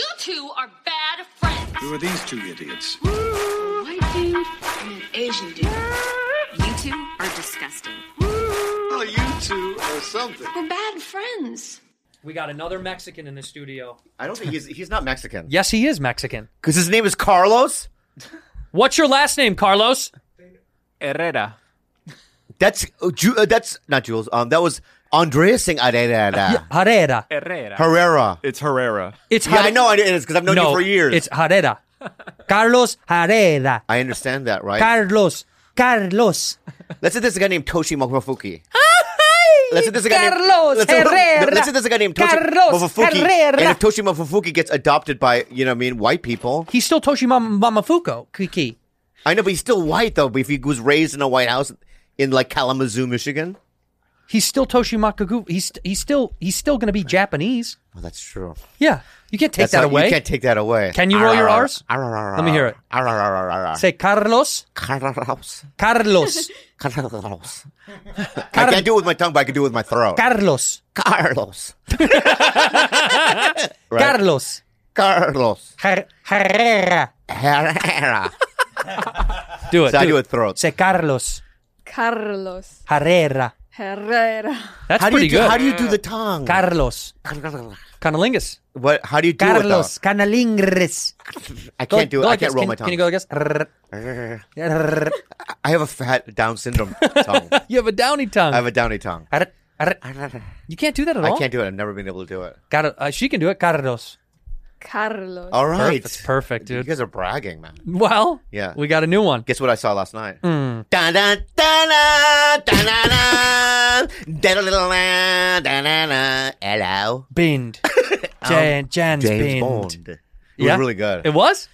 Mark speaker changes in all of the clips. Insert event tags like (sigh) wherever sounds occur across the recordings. Speaker 1: You two are bad friends.
Speaker 2: Who are these two idiots?
Speaker 1: White dude and an Asian dude. You two are disgusting.
Speaker 2: Well, you two are something.
Speaker 1: We're bad friends.
Speaker 3: We got another Mexican in the studio.
Speaker 4: I don't think he's he's not Mexican.
Speaker 3: Yes, he is Mexican.
Speaker 4: Because his name is Carlos.
Speaker 3: What's your last name, Carlos?
Speaker 5: Herrera.
Speaker 4: That's uh, Ju- uh, that's not Jules. Um, that was Andres Singh Herrera.
Speaker 3: Herrera.
Speaker 5: Herrera.
Speaker 4: Herrera.
Speaker 5: it's Herrera.
Speaker 3: It's
Speaker 4: Yeah,
Speaker 3: Her-
Speaker 4: I know I know it is because I've known
Speaker 3: no,
Speaker 4: you for years.
Speaker 3: It's Herrera. Carlos Herrera.
Speaker 4: I understand that, right?
Speaker 3: Carlos. Carlos.
Speaker 4: let's say there's a guy named Toshi Momofuki. Let's say there's a guy
Speaker 3: Carlos
Speaker 4: named, let's say- (laughs)
Speaker 3: Herrera.
Speaker 4: Let's say there's a guy named Toshi
Speaker 3: Carlos
Speaker 4: Momofuki,
Speaker 3: Herrera.
Speaker 4: And if Toshi Momofuki gets adopted by you know what I mean white people,
Speaker 3: He's still Toshi Mam- Mamafuko. Kiki.
Speaker 4: I know, but he's still white though. But if he was raised in a White House in like Kalamazoo, Michigan,
Speaker 3: He's still Toshi Makagu. He's he's still he's still going to be Japanese.
Speaker 4: well, that's true.
Speaker 3: Yeah, you can't take
Speaker 4: That's
Speaker 3: that
Speaker 4: not-
Speaker 3: away.
Speaker 4: You can't take that away.
Speaker 3: Can you roll your Rs?
Speaker 4: Let
Speaker 3: Let me hear it. Say Carlos.
Speaker 4: Carlos. (laughs)
Speaker 3: Carlos. (laughs)
Speaker 4: Carlos. I can't do it with my tongue, but I can do it with my throat.
Speaker 3: Carlos.
Speaker 4: Carlos.
Speaker 3: Carlos.
Speaker 4: Carlos.
Speaker 3: Her- Herrera.
Speaker 4: Herrera.
Speaker 3: Do it.
Speaker 4: So I do
Speaker 3: it.
Speaker 4: it throat.
Speaker 3: Say Carlos.
Speaker 6: Carlos
Speaker 3: Herrera.
Speaker 6: Herrera.
Speaker 3: That's
Speaker 4: How do
Speaker 3: pretty
Speaker 4: you do,
Speaker 3: good.
Speaker 4: How do you do the tongue?
Speaker 3: Carlos. Canalingus.
Speaker 4: What? How do you do
Speaker 3: Carlos.
Speaker 4: it?
Speaker 3: Canalingres.
Speaker 4: though? I can't do it. I can't roll
Speaker 3: can,
Speaker 4: my tongue.
Speaker 3: Can you go against? Rrr.
Speaker 4: I have a fat Down syndrome tongue.
Speaker 3: You have a downy tongue.
Speaker 4: I have a
Speaker 3: (laughs)
Speaker 4: downy tongue.
Speaker 3: Arr- arr- You can't do that at all.
Speaker 4: I can't do it. I've never been able to do it.
Speaker 3: Got it. Uh, she can do it. Carlos.
Speaker 6: Carlos.
Speaker 4: All right.
Speaker 3: That's perfect,
Speaker 4: You
Speaker 3: dude.
Speaker 4: guys are bragging, man.
Speaker 3: Well,
Speaker 4: Yeah.
Speaker 3: we got a new one.
Speaker 4: Guess what I saw last night? Dun, dun, dun, dun, dun, dun, dun, dun, dun, dun, dun, dun, dun. Hello. (laughs)
Speaker 3: Bind. Jan, Jan's
Speaker 4: Um,
Speaker 3: Bind.
Speaker 4: James Bond. It
Speaker 3: Yeah?
Speaker 4: was really good.
Speaker 3: It was?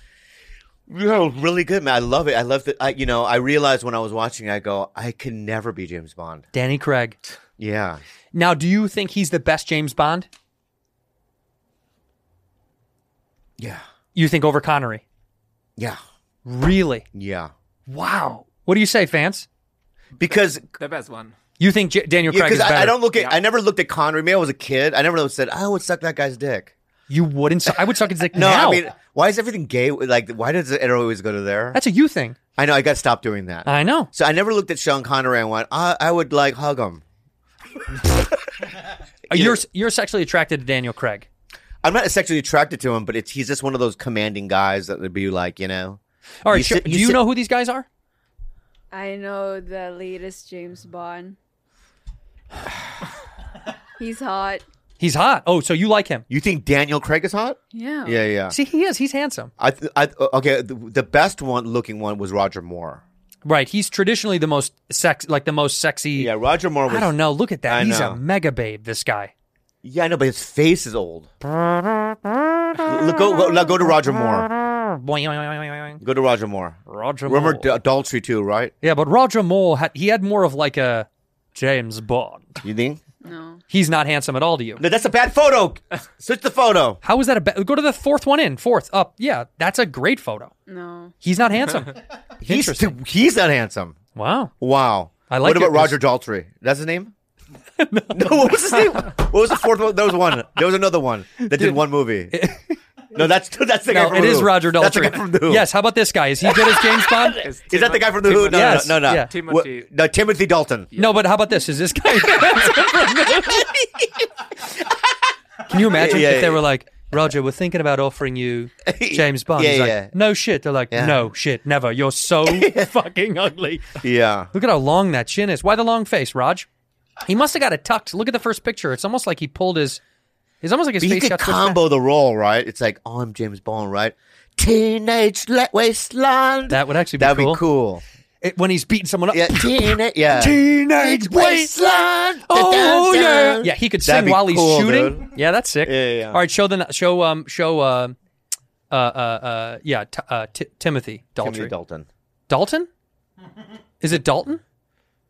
Speaker 4: Yeah, really good, man. I love it. I love that. I, you know, I realized when I was watching, I go, I can never be James Bond.
Speaker 3: Danny Craig.
Speaker 4: Yeah.
Speaker 3: Now, do you think he's the best James Bond?
Speaker 4: Yeah.
Speaker 3: You think over Connery?
Speaker 4: Yeah.
Speaker 3: Really?
Speaker 4: Yeah.
Speaker 3: Wow. What do you say, fans?
Speaker 4: Because
Speaker 5: The best one.
Speaker 3: You think J- Daniel
Speaker 4: yeah,
Speaker 3: Craig is
Speaker 4: 'cause
Speaker 3: better?
Speaker 4: I, I don't look at, I never looked at Connery. Maybe I was a kid. I never said, I would suck that guy's dick.
Speaker 3: You wouldn't. Su- I would suck his dick
Speaker 4: (laughs) No,
Speaker 3: now.
Speaker 4: I mean, why is everything gay? Like, why does it always go to there?
Speaker 3: That's a you thing.
Speaker 4: I know. I got to stop doing that.
Speaker 3: I know.
Speaker 4: So I never looked at Sean Connery and went, I, I would like hug him.
Speaker 3: You're you're sexually attracted to Daniel Craig.
Speaker 4: I'm not sexually attracted to him, but it's he's just one of those commanding guys that would be like, you know.
Speaker 3: All right.
Speaker 4: You
Speaker 3: sure.
Speaker 4: sit-
Speaker 3: do
Speaker 4: you
Speaker 3: you
Speaker 4: sit-
Speaker 3: know who these guys are?
Speaker 6: I know the latest James
Speaker 4: (sighs)
Speaker 6: Bond. He's hot.
Speaker 3: He's hot. Oh, so you like him?
Speaker 4: You think Daniel Craig is hot?
Speaker 6: Yeah.
Speaker 4: Yeah, yeah.
Speaker 3: See, he is. He's handsome.
Speaker 4: I, th- I th- uh, okay. The, the best one looking one was Roger Moore.
Speaker 3: Right. He's traditionally the most sex, like the most sexy.
Speaker 4: Yeah, Roger Moore. Was,
Speaker 3: I don't know. Look at that.
Speaker 4: I
Speaker 3: he's
Speaker 4: know.
Speaker 3: a mega babe. This guy.
Speaker 4: Yeah, I know, but his face is old. Look, go, go, look, go to Roger Moore.
Speaker 3: Roger
Speaker 4: Go to Roger Moore.
Speaker 3: Moore.
Speaker 4: Remember D- Daltrey too, right?
Speaker 3: yeah, but Roger Moore had he had more of like a James Bond.
Speaker 4: You think?
Speaker 6: No.
Speaker 3: He's not handsome at all to you.
Speaker 4: No, that's a bad photo. Switch the photo.
Speaker 3: How is that a ba- go to the fourth one in fourth up? Yeah, that's a great photo.
Speaker 6: No.
Speaker 3: He's not handsome.
Speaker 4: He's
Speaker 3: Interesting.
Speaker 4: he's not handsome.
Speaker 3: wow.
Speaker 4: Wow.
Speaker 3: I like
Speaker 4: What about
Speaker 3: it.
Speaker 4: Roger Daltrey? That's
Speaker 3: (laughs)
Speaker 4: his name? no. what was his name? What was the fourth one? There was one. There was another one that did one
Speaker 3: (laughs)
Speaker 4: movie. No, that's that's the guy
Speaker 3: No,
Speaker 4: from
Speaker 3: it
Speaker 4: The
Speaker 3: is
Speaker 4: Who.
Speaker 3: Roger Daltrey.
Speaker 4: That's the guy from the Who.
Speaker 3: Yes. How about this guy? Is he good as James
Speaker 4: (laughs)
Speaker 3: Bond?
Speaker 5: It's
Speaker 4: Is that the guy from the Who? No,
Speaker 3: Yes.
Speaker 4: no, no, no.
Speaker 3: Yeah.
Speaker 5: Timothy.
Speaker 4: What- No, Timothy Dalton.
Speaker 3: No, but how about this? Is this guy? (laughs) Can you imagine
Speaker 4: Yeah,
Speaker 3: if they
Speaker 4: yeah.
Speaker 3: were like, Roger, we're thinking about offering you James Bond?
Speaker 4: (laughs) Yeah,
Speaker 3: He's like,
Speaker 4: yeah.
Speaker 3: no shit. They're like,
Speaker 4: Yeah.
Speaker 3: no shit, never. You're
Speaker 4: (laughs)
Speaker 3: so fucking ugly.
Speaker 4: Yeah.
Speaker 3: Look at how long that chin is. Why the long face, Raj? He must have got it tucked. Look at the first picture. It's almost like he pulled his. It's almost like his
Speaker 4: But he
Speaker 3: face
Speaker 4: could
Speaker 3: got switched back.
Speaker 4: combo the role, right? It's like, oh, I'm James Bond, right? Teenage le- wasteland.
Speaker 3: That would actually be
Speaker 4: That'd
Speaker 3: cool.
Speaker 4: be cool.
Speaker 3: It- when he's beating someone up. (laughs)
Speaker 4: Yeah, teenage, yeah.
Speaker 3: Teenage
Speaker 4: wasteland.
Speaker 3: Oh
Speaker 4: Dun, dun,
Speaker 3: yeah,
Speaker 4: dun.
Speaker 3: yeah. He could
Speaker 4: That'd
Speaker 3: sing
Speaker 4: be
Speaker 3: while
Speaker 4: cool,
Speaker 3: he's shooting.
Speaker 4: dude.
Speaker 3: Yeah, that's sick.
Speaker 4: Yeah, yeah, yeah.
Speaker 3: All right, show the show um show uh, uh, uh, yeah, t- uh, Ti- Timothy Dalton.
Speaker 4: Timothy Dalton.
Speaker 3: Dalton? Is it Dalton?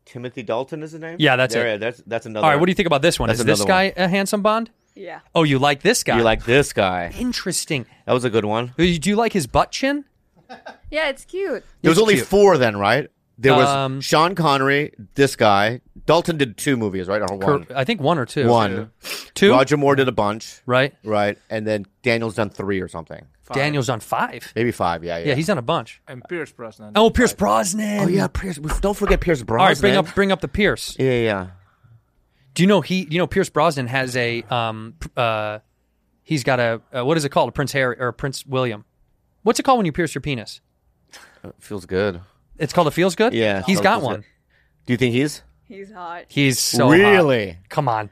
Speaker 4: Timothy Dalton is the name.
Speaker 3: Yeah, that's
Speaker 4: There-
Speaker 3: it.
Speaker 4: That's that's another.
Speaker 3: All right, what do you think about this one?
Speaker 4: That's
Speaker 3: Is this
Speaker 4: another
Speaker 3: guy
Speaker 4: one.
Speaker 3: a handsome Bond?
Speaker 6: Yeah.
Speaker 3: Oh, you like this guy?
Speaker 4: You like this guy?
Speaker 3: interesting?
Speaker 4: That was a good one.
Speaker 3: Do you, do you like his butt chin?
Speaker 6: Yeah, it's cute.
Speaker 4: There was
Speaker 3: It's
Speaker 4: only
Speaker 3: cute.
Speaker 4: four then, right? There was
Speaker 3: Um,
Speaker 4: Sean Connery, this guy. Dalton did two movies, right? Or one.
Speaker 3: I think one or two.
Speaker 4: One.
Speaker 3: two,
Speaker 4: Roger Moore did a bunch,
Speaker 3: right?
Speaker 4: right? And then Daniel's done three or something,
Speaker 3: Daniel's on five.
Speaker 4: maybe five. Yeah, yeah.
Speaker 3: Yeah, he's on a bunch.
Speaker 5: And Pierce Brosnan.
Speaker 3: Oh, Pierce Brosnan.
Speaker 4: oh yeah, Pierce. we- Don't forget Pierce Brosnan.
Speaker 3: All right, bring up bring up the Pierce.
Speaker 4: Yeah, yeah.
Speaker 3: Do you know he? You know Pierce Brosnan has a um p- uh, he's got a uh, what is it called? A Prince Harry or Prince William? What's it called when you pierce your penis?
Speaker 4: Feels good.
Speaker 3: It's called a feels good.
Speaker 4: Yeah,
Speaker 3: he's
Speaker 4: so
Speaker 3: got
Speaker 4: feels
Speaker 3: one.
Speaker 4: good. Do you think he's
Speaker 6: He's hot.
Speaker 3: He's so hot.
Speaker 4: really?
Speaker 3: Come on,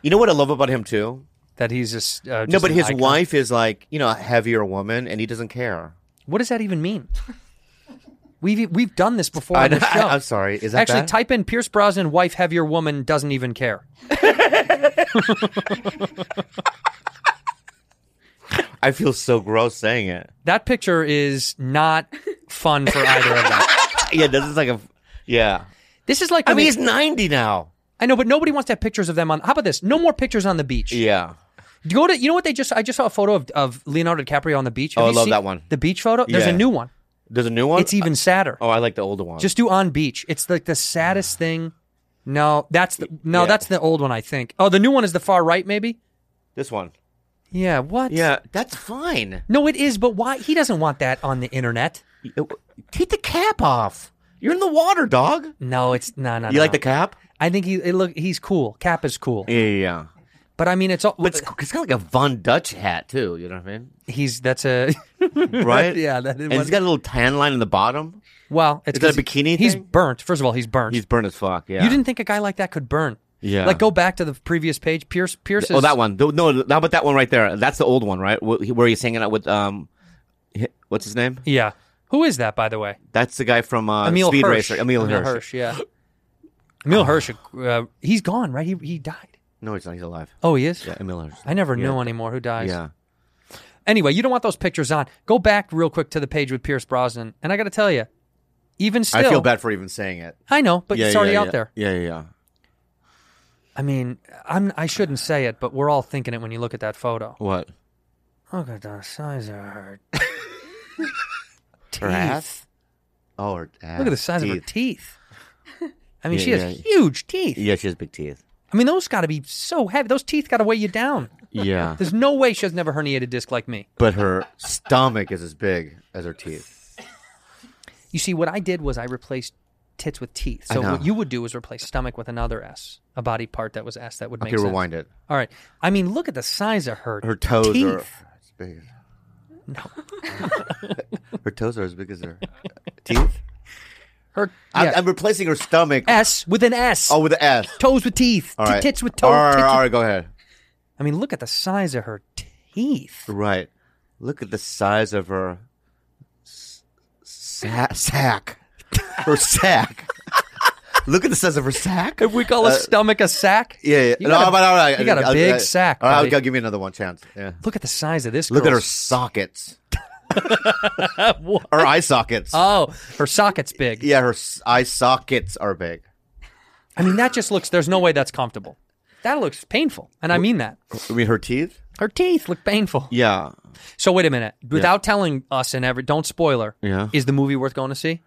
Speaker 4: You know what I love about him too?
Speaker 3: that he's just, uh,
Speaker 4: no,
Speaker 3: just
Speaker 4: but
Speaker 3: an
Speaker 4: his
Speaker 3: icon.
Speaker 4: wife is like you know a heavier woman, and he doesn't care.
Speaker 3: What does that even mean? We've e, we've done this before on the
Speaker 4: know-
Speaker 3: show.
Speaker 4: (laughs) I'm sorry. Is that
Speaker 3: Actually,
Speaker 4: bad?
Speaker 3: type in Pierce Brosnan, wife, heavier woman, doesn't even care.
Speaker 4: I feel so gross saying it. (laughs)
Speaker 3: That picture is not fun for either of
Speaker 4: (laughs)
Speaker 3: them.
Speaker 4: Yeah, this is like a yeah.
Speaker 3: This is like
Speaker 4: I
Speaker 3: when
Speaker 4: mean,
Speaker 3: they-
Speaker 4: he's ninety now.
Speaker 3: I know, but nobody wants to have pictures of them on. How about this? No more pictures on the beach.
Speaker 4: Yeah,
Speaker 3: Go to you know what they just I just saw a photo of, of Leonardo DiCaprio on the beach. Have
Speaker 4: Oh, I
Speaker 3: you
Speaker 4: love
Speaker 3: seen
Speaker 4: that one.
Speaker 3: The beach photo. There's
Speaker 4: Yeah.
Speaker 3: a new one.
Speaker 4: there's a new one.
Speaker 3: It's even sadder.
Speaker 4: oh, I like the older one.
Speaker 3: Just do on beach. It's like the saddest thing. No, that's the no,
Speaker 4: Yeah.
Speaker 3: that's the old one I think. Oh, the new one is the far right maybe.
Speaker 4: this one.
Speaker 3: Yeah. What?
Speaker 4: Yeah, that's fine.
Speaker 3: No, it is. But why? He doesn't want that on the internet.
Speaker 4: uh, Take the cap off. You're in the water, dog.
Speaker 3: No, it's no, no.
Speaker 4: You
Speaker 3: no.
Speaker 4: like the cap?
Speaker 3: I think he it look. He's cool. Cap is cool.
Speaker 4: Yeah, yeah.
Speaker 3: But I mean, it's all.
Speaker 4: But it's, it's got like a Von Dutch hat too. You know what I mean?
Speaker 3: he's that's a
Speaker 4: (laughs)
Speaker 3: (laughs)
Speaker 4: Right?
Speaker 3: Yeah, that is
Speaker 4: and
Speaker 3: what-
Speaker 4: he's got a little tan line in the bottom.
Speaker 3: well. It's
Speaker 4: Is that a
Speaker 3: 'cause he-
Speaker 4: bikini
Speaker 3: He's
Speaker 4: thing?
Speaker 3: burnt. First of all, he's burnt.
Speaker 4: He's burnt as fuck. Yeah.
Speaker 3: You didn't think a guy like that could burn?
Speaker 4: Yeah.
Speaker 3: Like go back to the previous page. Pierce. Pierce.
Speaker 4: Oh,
Speaker 3: is-
Speaker 4: that one. Th- No, how about that one right there? That's the old one, right? Wh- Where he's hanging out with um, hi- what's his name?
Speaker 3: Yeah. Who is that, by the way?
Speaker 4: That's the guy from uh,
Speaker 3: Emil
Speaker 4: Speed
Speaker 3: Hirsch.
Speaker 4: Racer. Emil, Hirsch. Ah.
Speaker 3: Yeah. Emil Hirsch. Uh, he's gone, right? He he died.
Speaker 4: No, he's not. He's alive.
Speaker 3: Oh, he is.
Speaker 4: Yeah, Emil Hirsch.
Speaker 3: I never knew anymore who dies.
Speaker 4: Yeah.
Speaker 3: Anyway, you don't want those pictures on. Go back real quick to the page with Pierce Brosnan, and I got to tell you, even still,
Speaker 4: I feel bad for even saying it.
Speaker 3: I know, but it's already out there.
Speaker 4: Yeah, yeah, yeah.
Speaker 3: I mean, I'm I shouldn't say it, but we're all thinking it when you look at that photo.
Speaker 4: What?
Speaker 3: Look at the size of her teeth.
Speaker 4: Her ass? Oh, her
Speaker 3: Look at the size of her
Speaker 4: teeth.
Speaker 3: teeth. I mean,
Speaker 4: Yeah,
Speaker 3: she has
Speaker 4: yeah.
Speaker 3: huge teeth.
Speaker 4: Yeah, she has big teeth.
Speaker 3: I mean, those got to be so heavy. Those teeth got to weigh you down.
Speaker 4: Yeah,
Speaker 3: There's no way she has never herniated disc like me.
Speaker 4: but her stomach is as big as her teeth.
Speaker 3: You see, what I did was I replaced tits with teeth.
Speaker 4: I
Speaker 3: So
Speaker 4: know.
Speaker 3: what you would do is replace stomach with another S, a body part that was S that would make
Speaker 4: Okay,
Speaker 3: sense.
Speaker 4: rewind it.
Speaker 3: All right. I mean, look at the size of her
Speaker 4: Her toes
Speaker 3: teeth.
Speaker 4: are as big. No, (laughs) her toes are as big as her teeth.
Speaker 3: Her
Speaker 4: I'm,
Speaker 3: yeah,
Speaker 4: I'm replacing her stomach.
Speaker 3: S with an S.
Speaker 4: Oh, with an S.
Speaker 3: toes with teeth.
Speaker 4: All
Speaker 3: T-
Speaker 4: right.
Speaker 3: Tits with toes.
Speaker 4: All right,
Speaker 3: tits with-
Speaker 4: all right, go ahead.
Speaker 3: I mean, look at the size of her teeth.
Speaker 4: Right. Look at the size of her s- sa- sack. Her sack. (laughs) Look at the size of her sack. Uh,
Speaker 3: If we call a stomach a sack,
Speaker 4: Yeah, yeah.
Speaker 3: You got a-
Speaker 4: but all right.
Speaker 3: you got a
Speaker 4: I'll-
Speaker 3: big
Speaker 4: I'll-
Speaker 3: sack,
Speaker 4: All right,
Speaker 3: buddy.
Speaker 4: I'll give me another one chance. Yeah.
Speaker 3: look at the size of this.
Speaker 4: Look at her
Speaker 3: girl's- (laughs)
Speaker 4: sockets. Her eye sockets.
Speaker 3: Oh, her socket's big.
Speaker 4: yeah, her s- eye sockets are big.
Speaker 3: I mean, that just looks. There's no way that's comfortable. That looks painful, and I mean that.
Speaker 4: I mean, her teeth.
Speaker 3: Her teeth look painful.
Speaker 4: Yeah.
Speaker 3: So wait a minute. Without telling us and every, don't spoiler.
Speaker 4: Yeah.
Speaker 3: Is the movie worth going to see?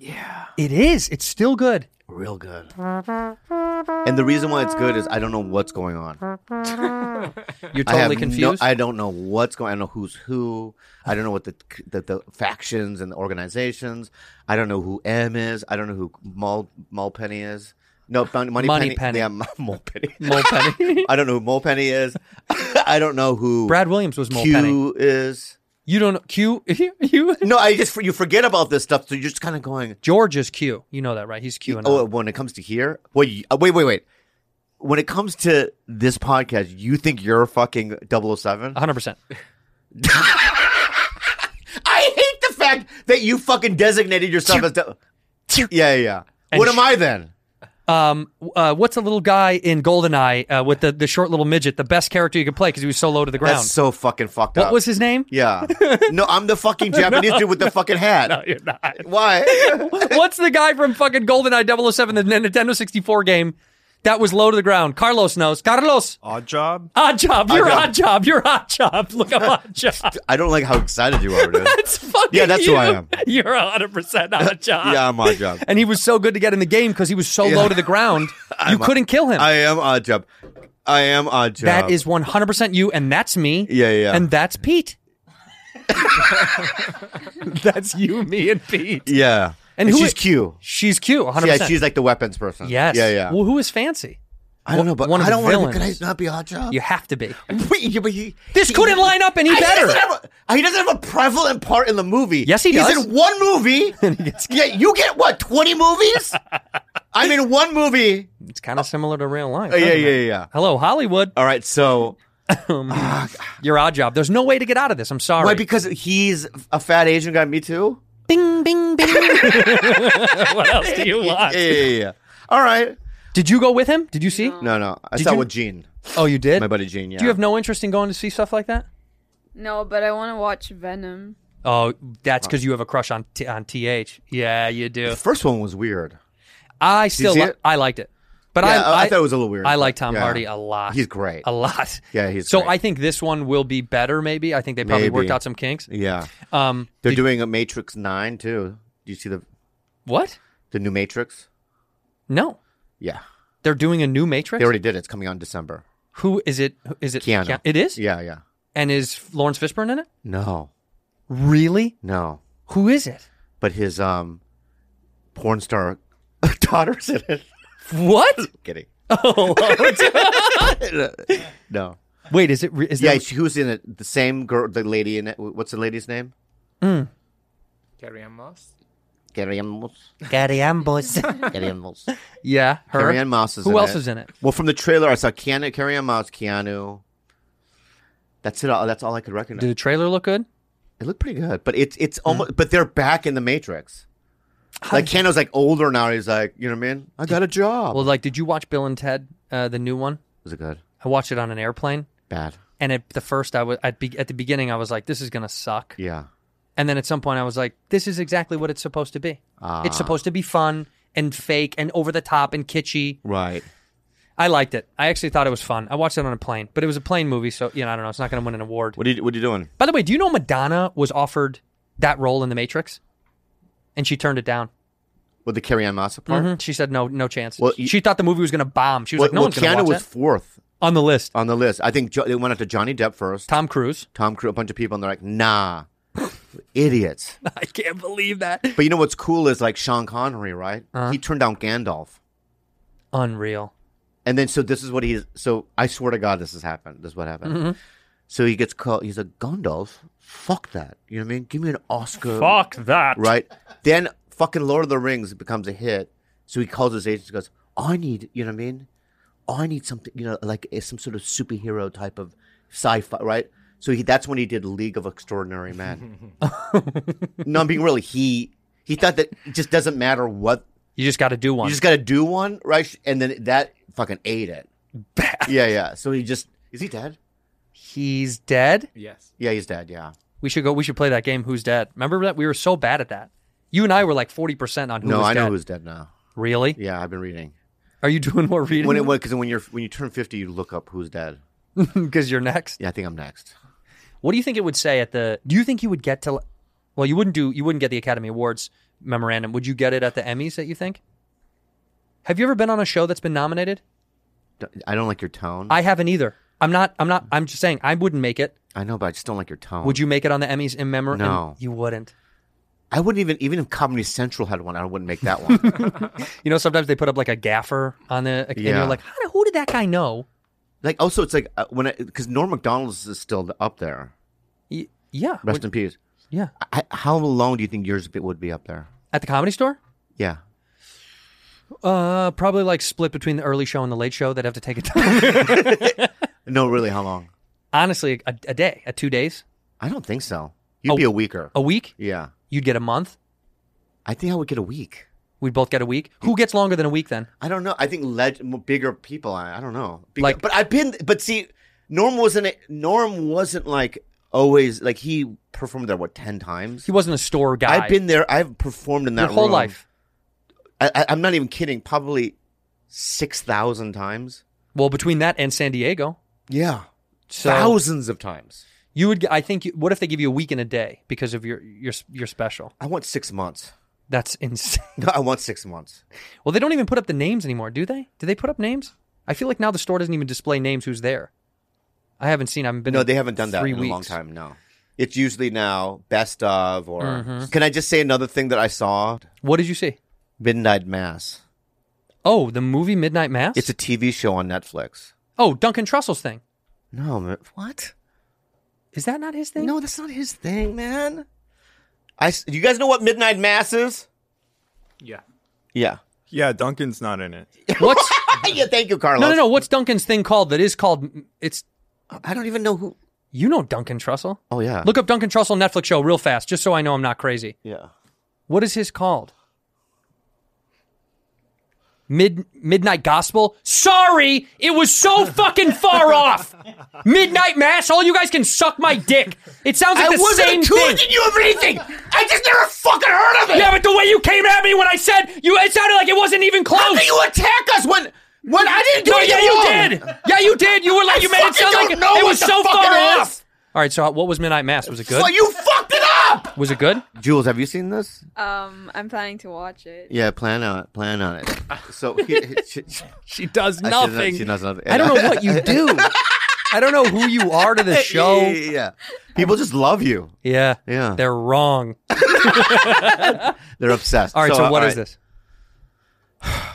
Speaker 3: Yeah. It is. It's still good.
Speaker 4: Real good. And the reason why it's good is I don't know what's going on.
Speaker 3: You're
Speaker 4: I have
Speaker 3: totally
Speaker 4: no-
Speaker 3: confused. (laughs)
Speaker 4: I don't know what's going. I don't know who's who. I don't know what the, the the factions and the organizations. I don't know who M is. I don't know who Mul Mulpenny is. No, Mon- Money,
Speaker 3: Money
Speaker 4: Penny.
Speaker 3: Penny.
Speaker 4: Yeah, M- (laughs) Mulpenny.
Speaker 3: Mulpenny.
Speaker 4: (laughs) I don't know who Mulpenny is. (laughs) I don't know who
Speaker 3: Brad Williams was
Speaker 4: Q
Speaker 3: Mulpenny.
Speaker 4: is.
Speaker 3: You don't know Q. (laughs) You
Speaker 4: No, I just you forget about this stuff, so you're just kind of going.
Speaker 3: George is Q. You know that, right? He's Q. And
Speaker 4: Oh, when it comes to here, wait, you- uh, wait, wait, wait. When it comes to this podcast, you think you're fucking 007?
Speaker 3: 100. percent
Speaker 4: I hate the fact that you fucking designated yourself as. The- yeah, yeah.
Speaker 3: And
Speaker 4: what
Speaker 3: sh-
Speaker 4: am I then?
Speaker 3: Um, uh, what's the little guy in Goldeneye uh, with the, the short little midget? The best character you could play because he was so low to the ground.
Speaker 4: That's so fucking fucked
Speaker 3: what
Speaker 4: up.
Speaker 3: was his
Speaker 4: (laughs)
Speaker 3: name? (laughs)
Speaker 4: Yeah. No, I'm the fucking Japanese dude with the fucking hat. No,
Speaker 3: You're (laughs) not.
Speaker 4: Why?
Speaker 3: What's the guy from fucking GoldenEye 007, the Nintendo 64 game that was low to the ground? Carlos knows. Carlos,
Speaker 7: Odd job.
Speaker 3: odd job. You're
Speaker 4: Odd
Speaker 3: odd job. You're odd job. Look up
Speaker 4: (laughs)
Speaker 3: odd job.
Speaker 4: I don't like how excited you are, dude.
Speaker 3: (laughs) It's fucking
Speaker 4: Yeah, that's who
Speaker 3: you.
Speaker 4: I am.
Speaker 3: (laughs) You're 100%
Speaker 4: (laughs)
Speaker 3: odd job.
Speaker 4: yeah, I'm odd
Speaker 3: (laughs)
Speaker 4: job.
Speaker 3: And he was so good to get in the game because he was so
Speaker 4: Yeah.
Speaker 3: low to the ground, you
Speaker 4: (laughs) I'm a-
Speaker 3: couldn't kill him.
Speaker 4: I am odd job. I am odd job.
Speaker 3: That is 100% you, and that's me.
Speaker 4: Yeah, yeah.
Speaker 3: And that's
Speaker 4: (laughs)
Speaker 3: Pete. that's you, me, and Pete.
Speaker 4: Yeah.
Speaker 3: And
Speaker 4: And,
Speaker 3: who
Speaker 4: she's
Speaker 3: i-
Speaker 4: Q.
Speaker 3: She's cute, 100%.
Speaker 4: Yeah, she's like the weapons person.
Speaker 3: Yes.
Speaker 4: Yeah, yeah.
Speaker 3: Well, who is fancy?
Speaker 4: I don't know, but
Speaker 3: one of
Speaker 4: I
Speaker 3: the
Speaker 4: don't want to. Could I
Speaker 3: villains.
Speaker 4: not be odd job?
Speaker 3: You have to be.
Speaker 4: (laughs) Wait, yeah, but he,
Speaker 3: This
Speaker 4: he-
Speaker 3: couldn't line up any
Speaker 4: He
Speaker 3: better.
Speaker 4: doesn't, have a, he doesn't have a prevalent part in the movie.
Speaker 3: Yes, he
Speaker 4: He's
Speaker 3: does.
Speaker 4: in
Speaker 3: (laughs)
Speaker 4: one movie. yeah, you get what twenty movies? I'm in one movie.
Speaker 3: It's kind of similar to real life.
Speaker 4: Oh, yeah,
Speaker 3: isn't
Speaker 4: yeah,
Speaker 3: it?
Speaker 4: yeah, yeah.
Speaker 3: Hello, Hollywood.
Speaker 4: All right, so
Speaker 3: Your odd job. There's no way to get out of this. I'm sorry.
Speaker 4: why? Because he's a fat Asian guy. Me too.
Speaker 3: bing, bing,
Speaker 4: (laughs)
Speaker 3: bing. what else do you want?
Speaker 4: Yeah, yeah, yeah. All right.
Speaker 3: Did you go with him? Did you see?
Speaker 4: No, no. I
Speaker 3: Did
Speaker 4: saw
Speaker 3: you-
Speaker 4: with Gene,
Speaker 3: Oh, you did?
Speaker 4: my buddy Gene. Yeah.
Speaker 3: Do you have no interest in going to see stuff like that?
Speaker 6: No, but I want to watch Venom.
Speaker 3: Oh, that's
Speaker 4: Uh,
Speaker 3: because you have a crush on t- on th. Yeah, you do.
Speaker 4: the first one was weird.
Speaker 3: I still
Speaker 4: see
Speaker 3: li-
Speaker 4: it?
Speaker 3: I liked it, but
Speaker 4: Yeah,
Speaker 3: I,
Speaker 4: oh, I- I thought it was a little weird,
Speaker 3: I
Speaker 4: but
Speaker 3: like Tom
Speaker 4: yeah.
Speaker 3: Hardy a lot.
Speaker 4: He's great.
Speaker 3: a lot.
Speaker 4: Yeah, he's
Speaker 3: So
Speaker 4: great.
Speaker 3: I think this one will be better. Maybe I think they probably
Speaker 4: Maybe.
Speaker 3: worked out some kinks.
Speaker 4: Yeah.
Speaker 3: Um,
Speaker 4: They're doing a Matrix Nine too. Do you see the
Speaker 3: what?
Speaker 4: the new Matrix?
Speaker 3: No,
Speaker 4: Yeah.
Speaker 3: they're doing a new Matrix.
Speaker 4: They already did. it. It's coming on December.
Speaker 3: Who is it? who- Is it
Speaker 4: Keanu.
Speaker 3: Keanu- It is.
Speaker 4: Yeah, yeah.
Speaker 3: And is Lawrence Fishburne in it?
Speaker 4: No,
Speaker 3: Really?
Speaker 4: no.
Speaker 3: Who is it?
Speaker 4: But his um, porn star (laughs) daughter's in it.
Speaker 3: What?
Speaker 4: (laughs) Kidding.
Speaker 3: Oh,
Speaker 4: No.
Speaker 3: wait. Is it? Re- is
Speaker 4: (laughs) Yeah,
Speaker 3: there-
Speaker 4: she who's in it? The same girl, the lady in it. What's the lady's name?
Speaker 5: Carrie Ann Moss.
Speaker 4: Carrie Ann Moss.
Speaker 3: (laughs) Gary Ambos.
Speaker 4: (laughs) Carrie Ann Moss.
Speaker 3: yeah, her.
Speaker 4: Carrie Ann Moss is
Speaker 3: Who
Speaker 4: in
Speaker 3: else
Speaker 4: is
Speaker 3: is in it?
Speaker 4: Well, from the trailer, I saw Keanu, Carrie Ann Moss, Keanu. That's it. All, that's all I could recognize.
Speaker 3: Did the trailer look good?
Speaker 4: It looked pretty good, but it's it's
Speaker 3: Hmm.
Speaker 4: almost. But they're back in the Matrix. Like Keanu's like older now. He's like, you know what I mean? I got a job.
Speaker 3: Well, like, did you watch Bill and Ted, uh, the new one?
Speaker 4: was it good?
Speaker 3: I watched it on an airplane,
Speaker 4: Bad.
Speaker 3: and at the first, I was at, be- at the beginning, I was like, "This is gonna suck,"
Speaker 4: Yeah.
Speaker 3: and then at some point, I was like, "This is exactly what it's supposed to be. It's supposed to be fun and fake and over the top and kitschy."
Speaker 4: Right.
Speaker 3: I liked it. I actually thought it was fun. I watched it on a plane, but it was a plane movie, so you know, I don't know. It's not gonna win an award.
Speaker 4: What are you What are you doing?
Speaker 3: By the way, do you know Madonna was offered that role in The Matrix, and she turned it down.
Speaker 4: With the Carrie Ann Moss part.
Speaker 3: Mhm. She said no, no chance.
Speaker 4: Well, you-
Speaker 3: she thought the movie was gonna bomb. She was
Speaker 4: Well,
Speaker 3: like, "No
Speaker 4: well,
Speaker 3: one's gonna
Speaker 4: Keanu
Speaker 3: watch
Speaker 4: was
Speaker 3: that."
Speaker 4: fourth
Speaker 3: on the list."
Speaker 4: on the list. I think jo- they went out to Johnny Depp first.
Speaker 3: Tom Cruise. (laughs)
Speaker 4: Tom Cruise, a bunch of people, and they're like, nah, idiots.
Speaker 3: I can't believe that.
Speaker 4: But you know what's cool is like Sean Connery, right?
Speaker 3: Uh-huh.
Speaker 4: He turned down Gandalf,
Speaker 3: Unreal.
Speaker 4: and then so this is what he. So I swear to God, this has happened. This is what happened. So he gets called. He's like, Gandalf, fuck that. You know what I mean? Give me an Oscar.
Speaker 3: Fuck that.
Speaker 4: right? Then fucking Lord of the Rings becomes a hit. So he calls his agents and goes, I need, you know what I mean? I need something, you know, like eh, some sort of superhero type of sci fi, right? So he, that's when he did League of Extraordinary Men. no, I'm being really, he he thought that it just doesn't matter what,
Speaker 3: You just got to do one.
Speaker 4: you just got to do one, right? And then that fucking ate it. Yeah, yeah. So he just, is he dead?
Speaker 3: He's dead.
Speaker 5: Yes.
Speaker 4: Yeah, he's dead, yeah.
Speaker 3: We should go. We should play that game. Who's dead? Remember that we were so bad at that. You and I were like forty percent on who
Speaker 4: no,
Speaker 3: was
Speaker 4: I know
Speaker 3: dead.
Speaker 4: who's dead now.
Speaker 3: Really?
Speaker 4: Yeah, I've been reading.
Speaker 3: Are you doing more reading?
Speaker 4: When it because when you're when you turn fifty, you look up who's dead.
Speaker 3: (laughs) Because you're next.
Speaker 4: Yeah, I think I'm next.
Speaker 3: What do you think it would say at the? Do you think you would get to? Well, you wouldn't do. You wouldn't get the Academy Awards memorandum. Would you get it at the Emmys? That you think? Have you ever been on a show that's been nominated?
Speaker 4: D- I don't like your tone. I,
Speaker 3: I haven't either. I'm not. I'm not. I'm just saying. I wouldn't make it.
Speaker 4: know, but I just don't like your tone.
Speaker 3: Would you make it on the Emmys in memory?
Speaker 4: No.
Speaker 3: you wouldn't.
Speaker 4: I wouldn't even even if Comedy Central had one, I wouldn't make that
Speaker 3: (laughs)
Speaker 4: one.
Speaker 3: You know, sometimes they put up like a gaffer on the, and
Speaker 4: Yeah.
Speaker 3: you're like, How, did- who did that guy know?
Speaker 4: like also, it's like uh, when because Norm Macdonald's is still up there.
Speaker 3: Y- yeah,
Speaker 4: Rest
Speaker 3: would-
Speaker 4: in peace.
Speaker 3: yeah.
Speaker 4: I, how long do you think yours bit would be up there?
Speaker 3: At the comedy store,
Speaker 4: Yeah.
Speaker 3: uh, probably like split between the early show and the late show. They'd have to take it down. (laughs)
Speaker 4: No, really, how long?
Speaker 3: Honestly, a, a day, a two days,
Speaker 4: I don't think so. You'd
Speaker 3: Oh.
Speaker 4: be a weaker.
Speaker 3: a week.
Speaker 4: Yeah,
Speaker 3: You'd get a month.
Speaker 4: I think I would get a week.
Speaker 3: We'd both get a week. Who gets longer than a week then?
Speaker 4: I don't know. I think leg- m- bigger people. I, I don't know. Big-
Speaker 3: Like-
Speaker 4: but I've been. But see, Norm wasn't. a- Norm wasn't like always. Like he performed there what ten times.
Speaker 3: He wasn't a store guy.
Speaker 4: I've been there. I've performed in that
Speaker 3: your whole
Speaker 4: room.
Speaker 3: life.
Speaker 4: I, I, I'm not even kidding. Probably six thousand times.
Speaker 3: Well, between that and San Diego,
Speaker 4: Yeah,
Speaker 3: so
Speaker 4: thousands of times.
Speaker 3: you would. I think. You, what if they give you a week and a day because of your your your special?
Speaker 4: I want six months. (laughs)
Speaker 3: That's (laughs) insane.
Speaker 4: No, I want six months.
Speaker 3: Well, they don't even put up the names anymore, do they? Do they put up names? I feel like now the store doesn't even display names who's there. I haven't seen. I've been.
Speaker 4: No, they haven't done that
Speaker 3: three
Speaker 4: in
Speaker 3: weeks.
Speaker 4: a long time. No, it's usually now best of or.
Speaker 3: Mm-hmm.
Speaker 4: Can I just say another thing that I saw?
Speaker 3: What did you see?
Speaker 4: Midnight Mass.
Speaker 3: Oh, the movie Midnight Mass.
Speaker 4: It's a TV show on Netflix.
Speaker 3: oh Duncan Trussell's thing.
Speaker 4: No, man. What?
Speaker 3: Is that not his thing? (laughs)
Speaker 4: No, that's not his thing, man. I. s- You guys know what Midnight Mass is?
Speaker 5: Yeah.
Speaker 4: Yeah.
Speaker 7: Yeah, Duncan's not in it.
Speaker 3: What's
Speaker 4: (laughs) yeah. Thank you, Carlos.
Speaker 3: no, no, no. What's Duncan's thing called? That is called. It's
Speaker 4: I don't even know who.
Speaker 3: you know Duncan Trussell.
Speaker 4: Oh yeah.
Speaker 3: Look up Duncan Trussell Netflix show real fast, just so I know I'm not crazy.
Speaker 4: Yeah.
Speaker 3: What is his called? Mid Midnight Gospel. Sorry, it was so fucking
Speaker 4: (laughs)
Speaker 3: far off. Midnight Mass. All you guys can suck my dick. It sounds like the
Speaker 4: I
Speaker 3: same
Speaker 4: wasn't
Speaker 3: thing.
Speaker 4: accusing you of anything. I just never fucking heard of it.
Speaker 3: Yeah, but the way you came at me when I said you, it sounded like it wasn't even close.
Speaker 4: How can you attack us when when I didn't do
Speaker 3: No,
Speaker 4: anything
Speaker 3: yeah, you
Speaker 4: wrong?
Speaker 3: did. Yeah, you did. You were like,
Speaker 4: I
Speaker 3: you made it
Speaker 4: fucking
Speaker 3: sound like
Speaker 4: don't know
Speaker 3: it
Speaker 4: what
Speaker 3: was
Speaker 4: the
Speaker 3: so
Speaker 4: fuck
Speaker 3: far
Speaker 4: it
Speaker 3: off.
Speaker 4: is.
Speaker 3: All right, so what was Midnight Mass? Was it good?
Speaker 4: So you fucked it up.
Speaker 3: Was it good?
Speaker 4: Jules, have you seen this?
Speaker 6: Um, I'm planning to watch it.
Speaker 4: Yeah, plan on it. Plan on (laughs) it. So
Speaker 3: She does
Speaker 4: I- she does- she does nothing.
Speaker 3: I don't know what
Speaker 4: (laughs)
Speaker 3: you do. I don't know who you are to the show.
Speaker 4: Yeah, people just love you.
Speaker 3: Yeah,
Speaker 4: Yeah.
Speaker 3: they're wrong.
Speaker 4: They're obsessed.
Speaker 3: All right, so, what is
Speaker 4: alright.
Speaker 3: this?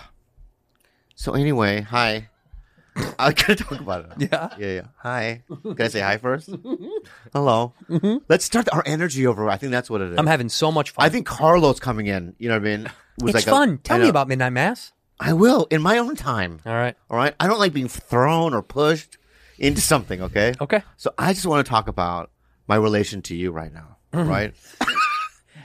Speaker 4: So
Speaker 3: (laughs)
Speaker 4: anyway, hi. I gotta talk about it.
Speaker 3: Yeah.
Speaker 4: yeah, yeah. Hi. Can I say
Speaker 3: (laughs)
Speaker 4: hi first? Hello. Let's start our energy over. I think that's what it is.
Speaker 3: Mm-hmm. I'm having so much fun.
Speaker 4: I think Carlos coming in. You know what I mean? Was
Speaker 3: it's
Speaker 4: like a-
Speaker 3: fun.
Speaker 4: I
Speaker 3: Tell me
Speaker 4: know.
Speaker 3: about Midnight Mass.
Speaker 4: I will in my own time.
Speaker 3: All right.
Speaker 4: All right. I don't like being thrown or pushed into something. Okay.
Speaker 3: Okay.
Speaker 4: So I just want to talk about my relation to you right now,
Speaker 3: Mm-hmm. (laughs)
Speaker 4: right?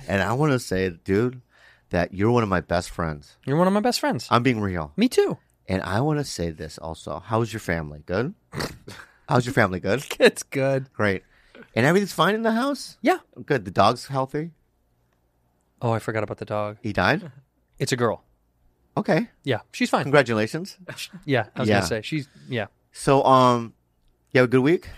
Speaker 4: and I want to say, dude, that you're one of my best friends.
Speaker 3: You're one of my best friends.
Speaker 4: I'm being real.
Speaker 3: me
Speaker 4: (laughs)
Speaker 3: too.
Speaker 4: And I want to say this also. How's your family? Good? How's your family? Good?
Speaker 3: It's good.
Speaker 4: Great. And everything's fine in the house?
Speaker 3: Yeah.
Speaker 4: Good. The dog's healthy?
Speaker 3: Oh, I forgot about the dog.
Speaker 4: He died?
Speaker 3: It's a girl.
Speaker 4: Okay.
Speaker 3: Yeah, she's fine.
Speaker 4: Congratulations.
Speaker 3: Yeah, I was
Speaker 4: Yeah.
Speaker 3: gonna say she's yeah.
Speaker 4: So, um, you have a good week?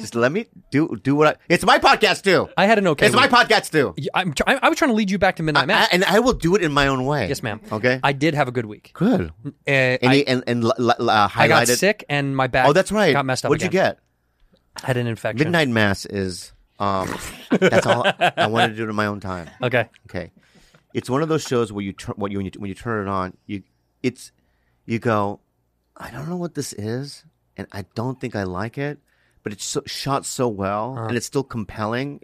Speaker 4: Just let me do do what I. It's my podcast too.
Speaker 3: I had an okay.
Speaker 4: it's my
Speaker 3: week.
Speaker 4: podcast too.
Speaker 3: Yeah, I'm try- I was trying to lead you back to Midnight Mass.
Speaker 4: I- and I will do it in my own way.
Speaker 3: yes, ma'am.
Speaker 4: Okay.
Speaker 3: I did have a good week.
Speaker 4: Good.
Speaker 3: Uh,
Speaker 4: And
Speaker 3: I,
Speaker 4: he- and and li- li- uh, highlighted.
Speaker 3: I got sick and my back.
Speaker 4: Oh, that's right.
Speaker 3: Got messed up.
Speaker 4: What'd you
Speaker 3: again.
Speaker 4: get?
Speaker 3: Had an infection.
Speaker 4: Midnight Mass is. Um, that's all I wanted to do it in my own time.
Speaker 3: Okay.
Speaker 4: Okay. It's one of those shows where you turn when you when you turn it on, you it's you go, I don't know what this is, and I don't think I like it, but it's so, shot so well, and it's still compelling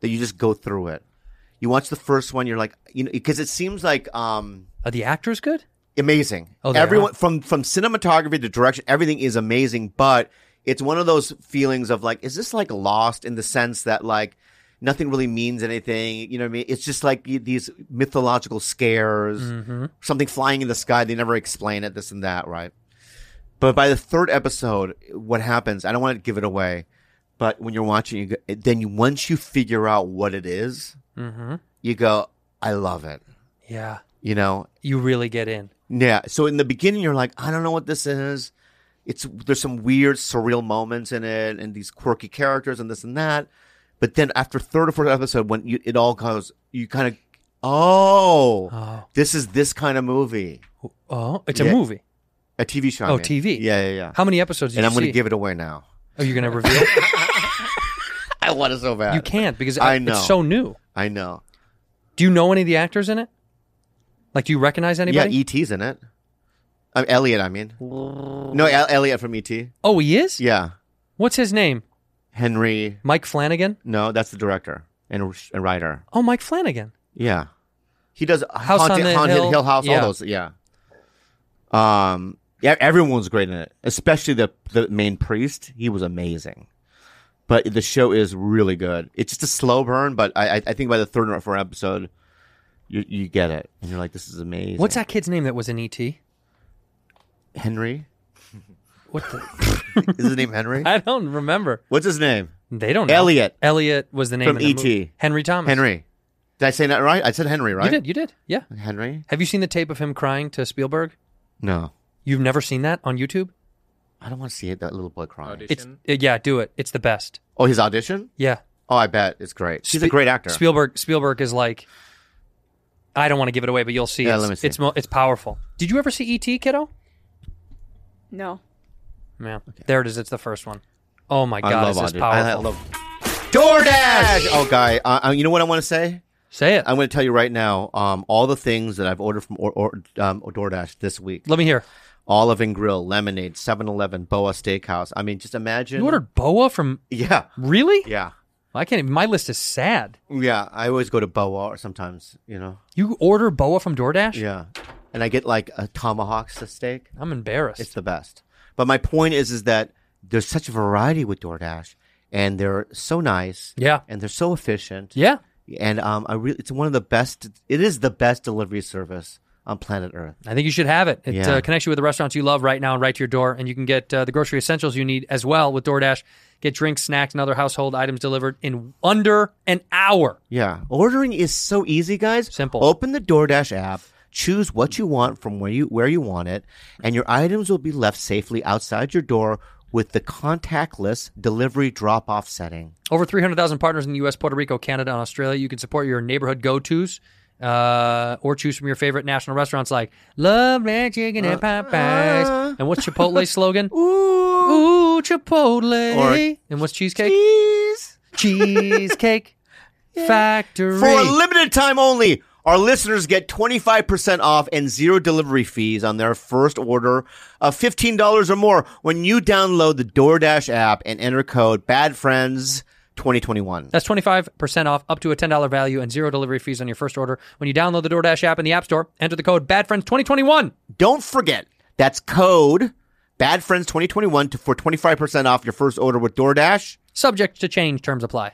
Speaker 4: that you just go through it. You watch the first one, you're like, you know, because it seems like um,
Speaker 3: Are the actors good?
Speaker 4: amazing.
Speaker 3: Oh, they are?
Speaker 4: Everyone from from cinematography to direction, everything is amazing. But it's one of those feelings of like, is this like lost in the sense that like nothing really means anything? You know what I mean? It's just like y- these mythological scares,
Speaker 3: Mm-hmm.
Speaker 4: something flying in the sky. They never explain it. This and that, right? But by the third episode, what happens? I don't want to give it away, but when you're watching, you go, then you once you figure out what it is,
Speaker 3: Mm-hmm.
Speaker 4: you go, I love it.
Speaker 3: Yeah.
Speaker 4: You know,
Speaker 3: You really get in.
Speaker 4: yeah. So in the beginning, you're like, I don't know what this is. It's there's some weird, surreal moments in it, and these quirky characters, and this and that. But then after third or fourth episode, when you, it all goes, you kind of, oh,
Speaker 3: Oh.
Speaker 4: this is this kind of movie,
Speaker 3: Oh, it's a
Speaker 4: Yeah.
Speaker 3: movie.
Speaker 4: a TV show. I
Speaker 3: Oh,
Speaker 4: mean.
Speaker 3: TV.
Speaker 4: Yeah, yeah, yeah.
Speaker 3: How many episodes? Did
Speaker 4: and
Speaker 3: you
Speaker 4: I'm going
Speaker 3: see?
Speaker 4: to give it away now. (laughs)
Speaker 3: Oh, you're gonna reveal?
Speaker 4: I want it so bad.
Speaker 3: you can't because
Speaker 4: I
Speaker 3: I
Speaker 4: know.
Speaker 3: it's so new.
Speaker 4: I know.
Speaker 3: Do you know any of the actors in it? Like, do you recognize anybody?
Speaker 4: Yeah, ET's in it. Um, Elliot, I mean. No, El- Elliot from ET.
Speaker 3: oh, he is.
Speaker 4: Yeah,
Speaker 3: What's his name?
Speaker 4: Henry.
Speaker 3: Mike Flanagan.
Speaker 4: No, that's the director and, and writer.
Speaker 3: Oh, Mike Flanagan.
Speaker 4: Yeah, he does
Speaker 3: House on
Speaker 4: haunted,
Speaker 3: the
Speaker 4: haunted
Speaker 3: Hill.
Speaker 4: hill, house.
Speaker 3: Yeah.
Speaker 4: All those, yeah. Um, yeah, everyone's great in it, especially the the main priest. He was amazing. But the show is really good. It's just a slow burn, but I I, I think by the third or fourth episode, you you get it, and you're like, this is amazing.
Speaker 3: What's that kid's name that was in E ET?
Speaker 4: Henry?
Speaker 3: What the? (laughs)
Speaker 4: Is his name Henry?
Speaker 3: I don't remember.
Speaker 4: What's his name?
Speaker 3: They don't know.
Speaker 4: Elliot.
Speaker 3: Elliot was the name
Speaker 4: From
Speaker 3: in the
Speaker 4: E.T..
Speaker 3: movie. Henry Thomas.
Speaker 4: Henry. Did I say that right? I said Henry,
Speaker 3: You
Speaker 4: right?
Speaker 3: did. You did. Yeah.
Speaker 4: Henry?
Speaker 3: Have you seen the tape of him crying to Spielberg?
Speaker 4: No,
Speaker 3: You've never seen that on YouTube?
Speaker 4: I don't want to see it. That little boy crying.
Speaker 5: Audition.
Speaker 3: It's yeah. Do it. It's the best.
Speaker 4: Oh, his audition?
Speaker 3: Yeah.
Speaker 4: Oh, I bet it's great. She's a
Speaker 3: Spe-
Speaker 4: great actor.
Speaker 3: Spielberg. Spielberg is like. I don't want to give it away, but you'll see.
Speaker 4: Yeah,
Speaker 3: it's,
Speaker 4: let me see.
Speaker 3: It's mo- it's powerful. Did you ever see ET, kiddo?
Speaker 6: No.
Speaker 3: Yeah. There it is. It's the first one. Oh my
Speaker 4: I
Speaker 3: god,
Speaker 4: love
Speaker 3: is this
Speaker 4: audition.
Speaker 3: powerful?
Speaker 4: I love DoorDash. Oh, guy, uh, uh, you know what I want to say?
Speaker 3: Say it.
Speaker 4: I'm going to tell you right now. Um, all the things that I've ordered from or, or, um, DoorDash this week:
Speaker 3: Let me hear.
Speaker 4: Olive and Grill, Lemonade, 7-Eleven, Boa Steakhouse. I mean, just imagine.
Speaker 3: You ordered boa from
Speaker 4: Yeah,
Speaker 3: really?
Speaker 4: yeah,
Speaker 3: I can't. Even, my list is sad.
Speaker 4: yeah. I always go to Boa or sometimes, you know.
Speaker 3: You order boa from DoorDash?
Speaker 4: Yeah, and I get like a tomahawk steak.
Speaker 3: I'm embarrassed.
Speaker 4: It's the best. But my point is, is that there's such a variety with DoorDash, and they're so nice.
Speaker 3: Yeah.
Speaker 4: and they're so efficient.
Speaker 3: yeah.
Speaker 4: and um, I really, it's one of the best. It is the best delivery service on planet Earth.
Speaker 3: I think you should have it. It
Speaker 4: Yeah.
Speaker 3: uh, connects you with the restaurants you love right now and right to your door. And you can get uh, the grocery essentials you need as well with DoorDash. Get drinks, snacks, and other household items delivered in under an hour.
Speaker 4: Yeah, ordering is so easy, guys.
Speaker 3: Simple.
Speaker 4: Open the DoorDash app, choose what you want from where you where you want it, and your items will be left safely outside your door with the contactless delivery drop off setting.
Speaker 3: Over 300,000 partners in the U.S., Puerto Rico, Canada, and Australia. You can support your neighborhood go tos uh, or choose from your favorite national restaurants like Love That Chicken and Popeyes. and what's
Speaker 4: (laughs)
Speaker 3: Chipotle's slogan?
Speaker 4: Uh, Ooh,
Speaker 3: Ooh, Chipotle.
Speaker 4: Or-
Speaker 3: and what's cheesecake?
Speaker 4: (laughs)
Speaker 3: Cheesecake Factory.
Speaker 4: For a limited time only, our listeners get 25% off and zero delivery fees on their first order of $15 or more when you download the DoorDash app and enter code BADFRIENDS2021.
Speaker 3: That's 25% off, up to a $10 value, and zero delivery fees on your first order. When you download the DoorDash app in the App Store, enter the code BADFRIENDS2021.
Speaker 4: Don't forget, that's code BADFRIENDS2021 to, for 25% off your first order with DoorDash.
Speaker 3: Subject to change, terms apply.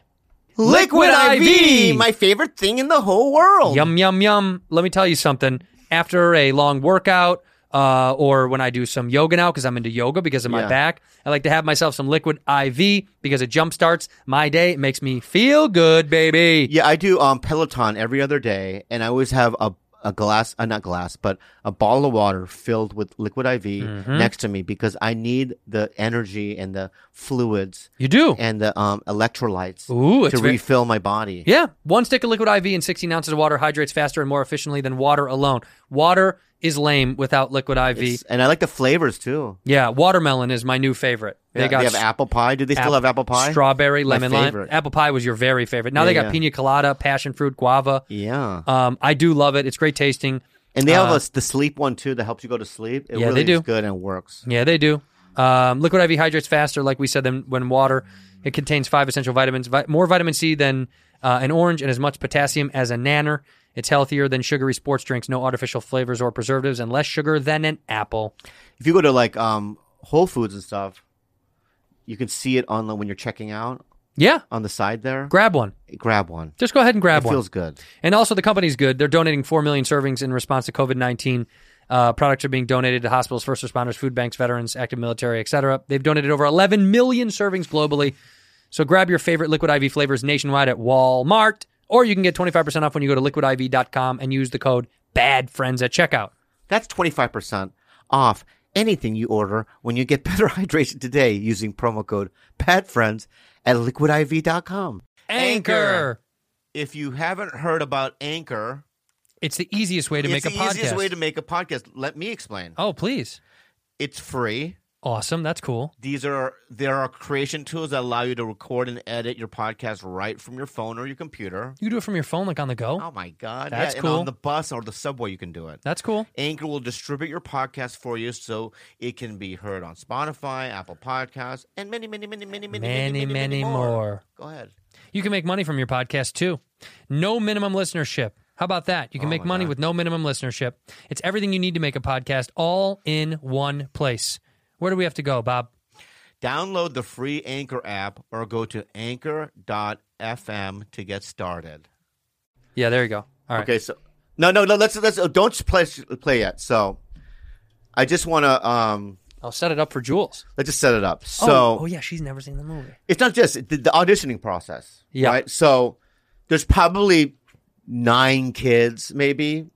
Speaker 4: Liquid,
Speaker 3: IV.
Speaker 4: My favorite thing in the whole world.
Speaker 3: Yum, yum, yum. Let me tell you something. After a long workout, uh, or when I do some yoga now, because I'm into yoga because of my
Speaker 4: Yeah.
Speaker 3: back, I like to have myself some liquid IV because it jumpstarts my day. It makes me feel good, baby.
Speaker 4: Yeah, I do um Peloton every other day, and I always have a a glass, uh, not glass, but a bottle of water filled with liquid IV
Speaker 3: Mm-hmm.
Speaker 4: next to me because I need the energy and the fluids
Speaker 3: You do.
Speaker 4: and the um, electrolytes
Speaker 3: Ooh, it's
Speaker 4: to
Speaker 3: ve-
Speaker 4: refill my body.
Speaker 3: Yeah, one stick of liquid IV and 16 ounces of water hydrates faster and more efficiently than water alone. Water is lame without liquid IV.
Speaker 4: It's- and I like the flavors too.
Speaker 3: yeah, watermelon is my new favorite. They
Speaker 4: Yeah,
Speaker 3: got
Speaker 4: have
Speaker 3: s-
Speaker 4: apple pie. Do they still have apple pie?
Speaker 3: strawberry,
Speaker 4: My
Speaker 3: lemon, lime.
Speaker 4: favorite.
Speaker 3: Apple pie was your very favorite. Now
Speaker 4: Yeah,
Speaker 3: they got
Speaker 4: yeah.
Speaker 3: pina colada, passion fruit, guava.
Speaker 4: Yeah,
Speaker 3: Um, I do love it. It's great tasting.
Speaker 4: and they have a, the sleep one too that helps you go to sleep. It
Speaker 3: uh, Yeah,
Speaker 4: really
Speaker 3: they
Speaker 4: is
Speaker 3: do.
Speaker 4: good and works.
Speaker 3: Yeah, they do. Um, liquid IV hydrates faster, like we said, than when water. It contains five essential vitamins, vi- more vitamin C than uh, an orange, and as much potassium as a nanner. It's healthier than sugary sports drinks, no artificial flavors or preservatives, and less sugar than an apple.
Speaker 4: If you go to like um Whole Foods and stuff, you can see it on the, when you're checking out
Speaker 3: Yeah,
Speaker 4: on the side there.
Speaker 3: grab one.
Speaker 4: grab one.
Speaker 3: Just go ahead and grab
Speaker 4: it
Speaker 3: one.
Speaker 4: feels good.
Speaker 3: And also, the company's good. They're donating 4 million servings in response to COVID 19. Uh, products are being donated to hospitals, first responders, food banks, veterans, active military, etc. They've donated over 11 million servings globally. So grab your favorite Liquid IV flavors nationwide at Walmart, or you can get 25% off when you go to liquidiv.com and use the code BADFRIENDS at checkout.
Speaker 4: That's 25% off anything you order when you get (laughs) better hydration today using promo code PATFRIENDS at liquidiv.com. Anchor. If you haven't heard about Anchor,
Speaker 3: It's the easiest way to
Speaker 4: it's
Speaker 3: make
Speaker 4: the
Speaker 3: a podcast.
Speaker 4: easiest way to make a podcast. Let me explain.
Speaker 3: oh, please.
Speaker 4: It's free.
Speaker 3: Awesome. That's cool.
Speaker 4: These are there are creation tools that allow you to record and edit your podcast right from your phone or your computer.
Speaker 3: You can do it from your phone, like on the go.
Speaker 4: Oh my god.
Speaker 3: That's
Speaker 4: yeah, And
Speaker 3: cool.
Speaker 4: on the bus or the subway you can do it.
Speaker 3: That's cool.
Speaker 4: Anchor will distribute your podcast for you so it can be heard on Spotify, Apple Podcasts, and many, many, many, many, many,
Speaker 3: Many, many more.
Speaker 4: Go ahead.
Speaker 3: You can make money from your podcast too. No minimum listenership. How about that? You can make money with no minimum listenership. It's everything you need to make a podcast all in one place. Where do we have to go, Bob?
Speaker 4: Download the free Anchor app or go to anchor.fm to get started.
Speaker 3: Yeah, there you go. All right.
Speaker 4: Okay, so No, no, no. Let's let's oh, don't play play yet. So, I just want to um.
Speaker 3: I'll set it up for Jules.
Speaker 4: Let's just set it up. So,
Speaker 3: oh, oh yeah, she's never seen the movie.
Speaker 4: it's not just the, the auditioning process.
Speaker 3: Yeah.
Speaker 4: Right. So there's probably nine kids, maybe.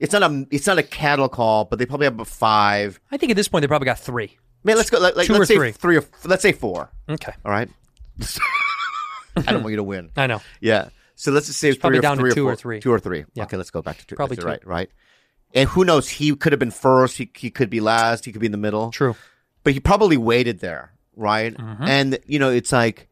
Speaker 4: It's not a it's not a cattle call, but they probably have about five.
Speaker 3: I think at this point they probably got three.
Speaker 4: Man, let's go. Like, like,
Speaker 3: Two
Speaker 4: let's
Speaker 3: or
Speaker 4: say
Speaker 3: three.
Speaker 4: or let's say four.
Speaker 3: Okay,
Speaker 4: All right. (laughs) I don't want you to win.
Speaker 3: I know.
Speaker 4: Yeah. So let's just say it's
Speaker 3: probably
Speaker 4: three
Speaker 3: down
Speaker 4: or
Speaker 3: to
Speaker 4: three
Speaker 3: two or
Speaker 4: four-
Speaker 3: three.
Speaker 4: Two or three.
Speaker 3: Yeah.
Speaker 4: Okay, let's go back to two.
Speaker 3: Probably
Speaker 4: That's
Speaker 3: two.
Speaker 4: Right. Right. And who knows? He could have been first. He, he could be last. He could be in the middle
Speaker 3: True.
Speaker 4: but he probably waited there, right? And you know, it's like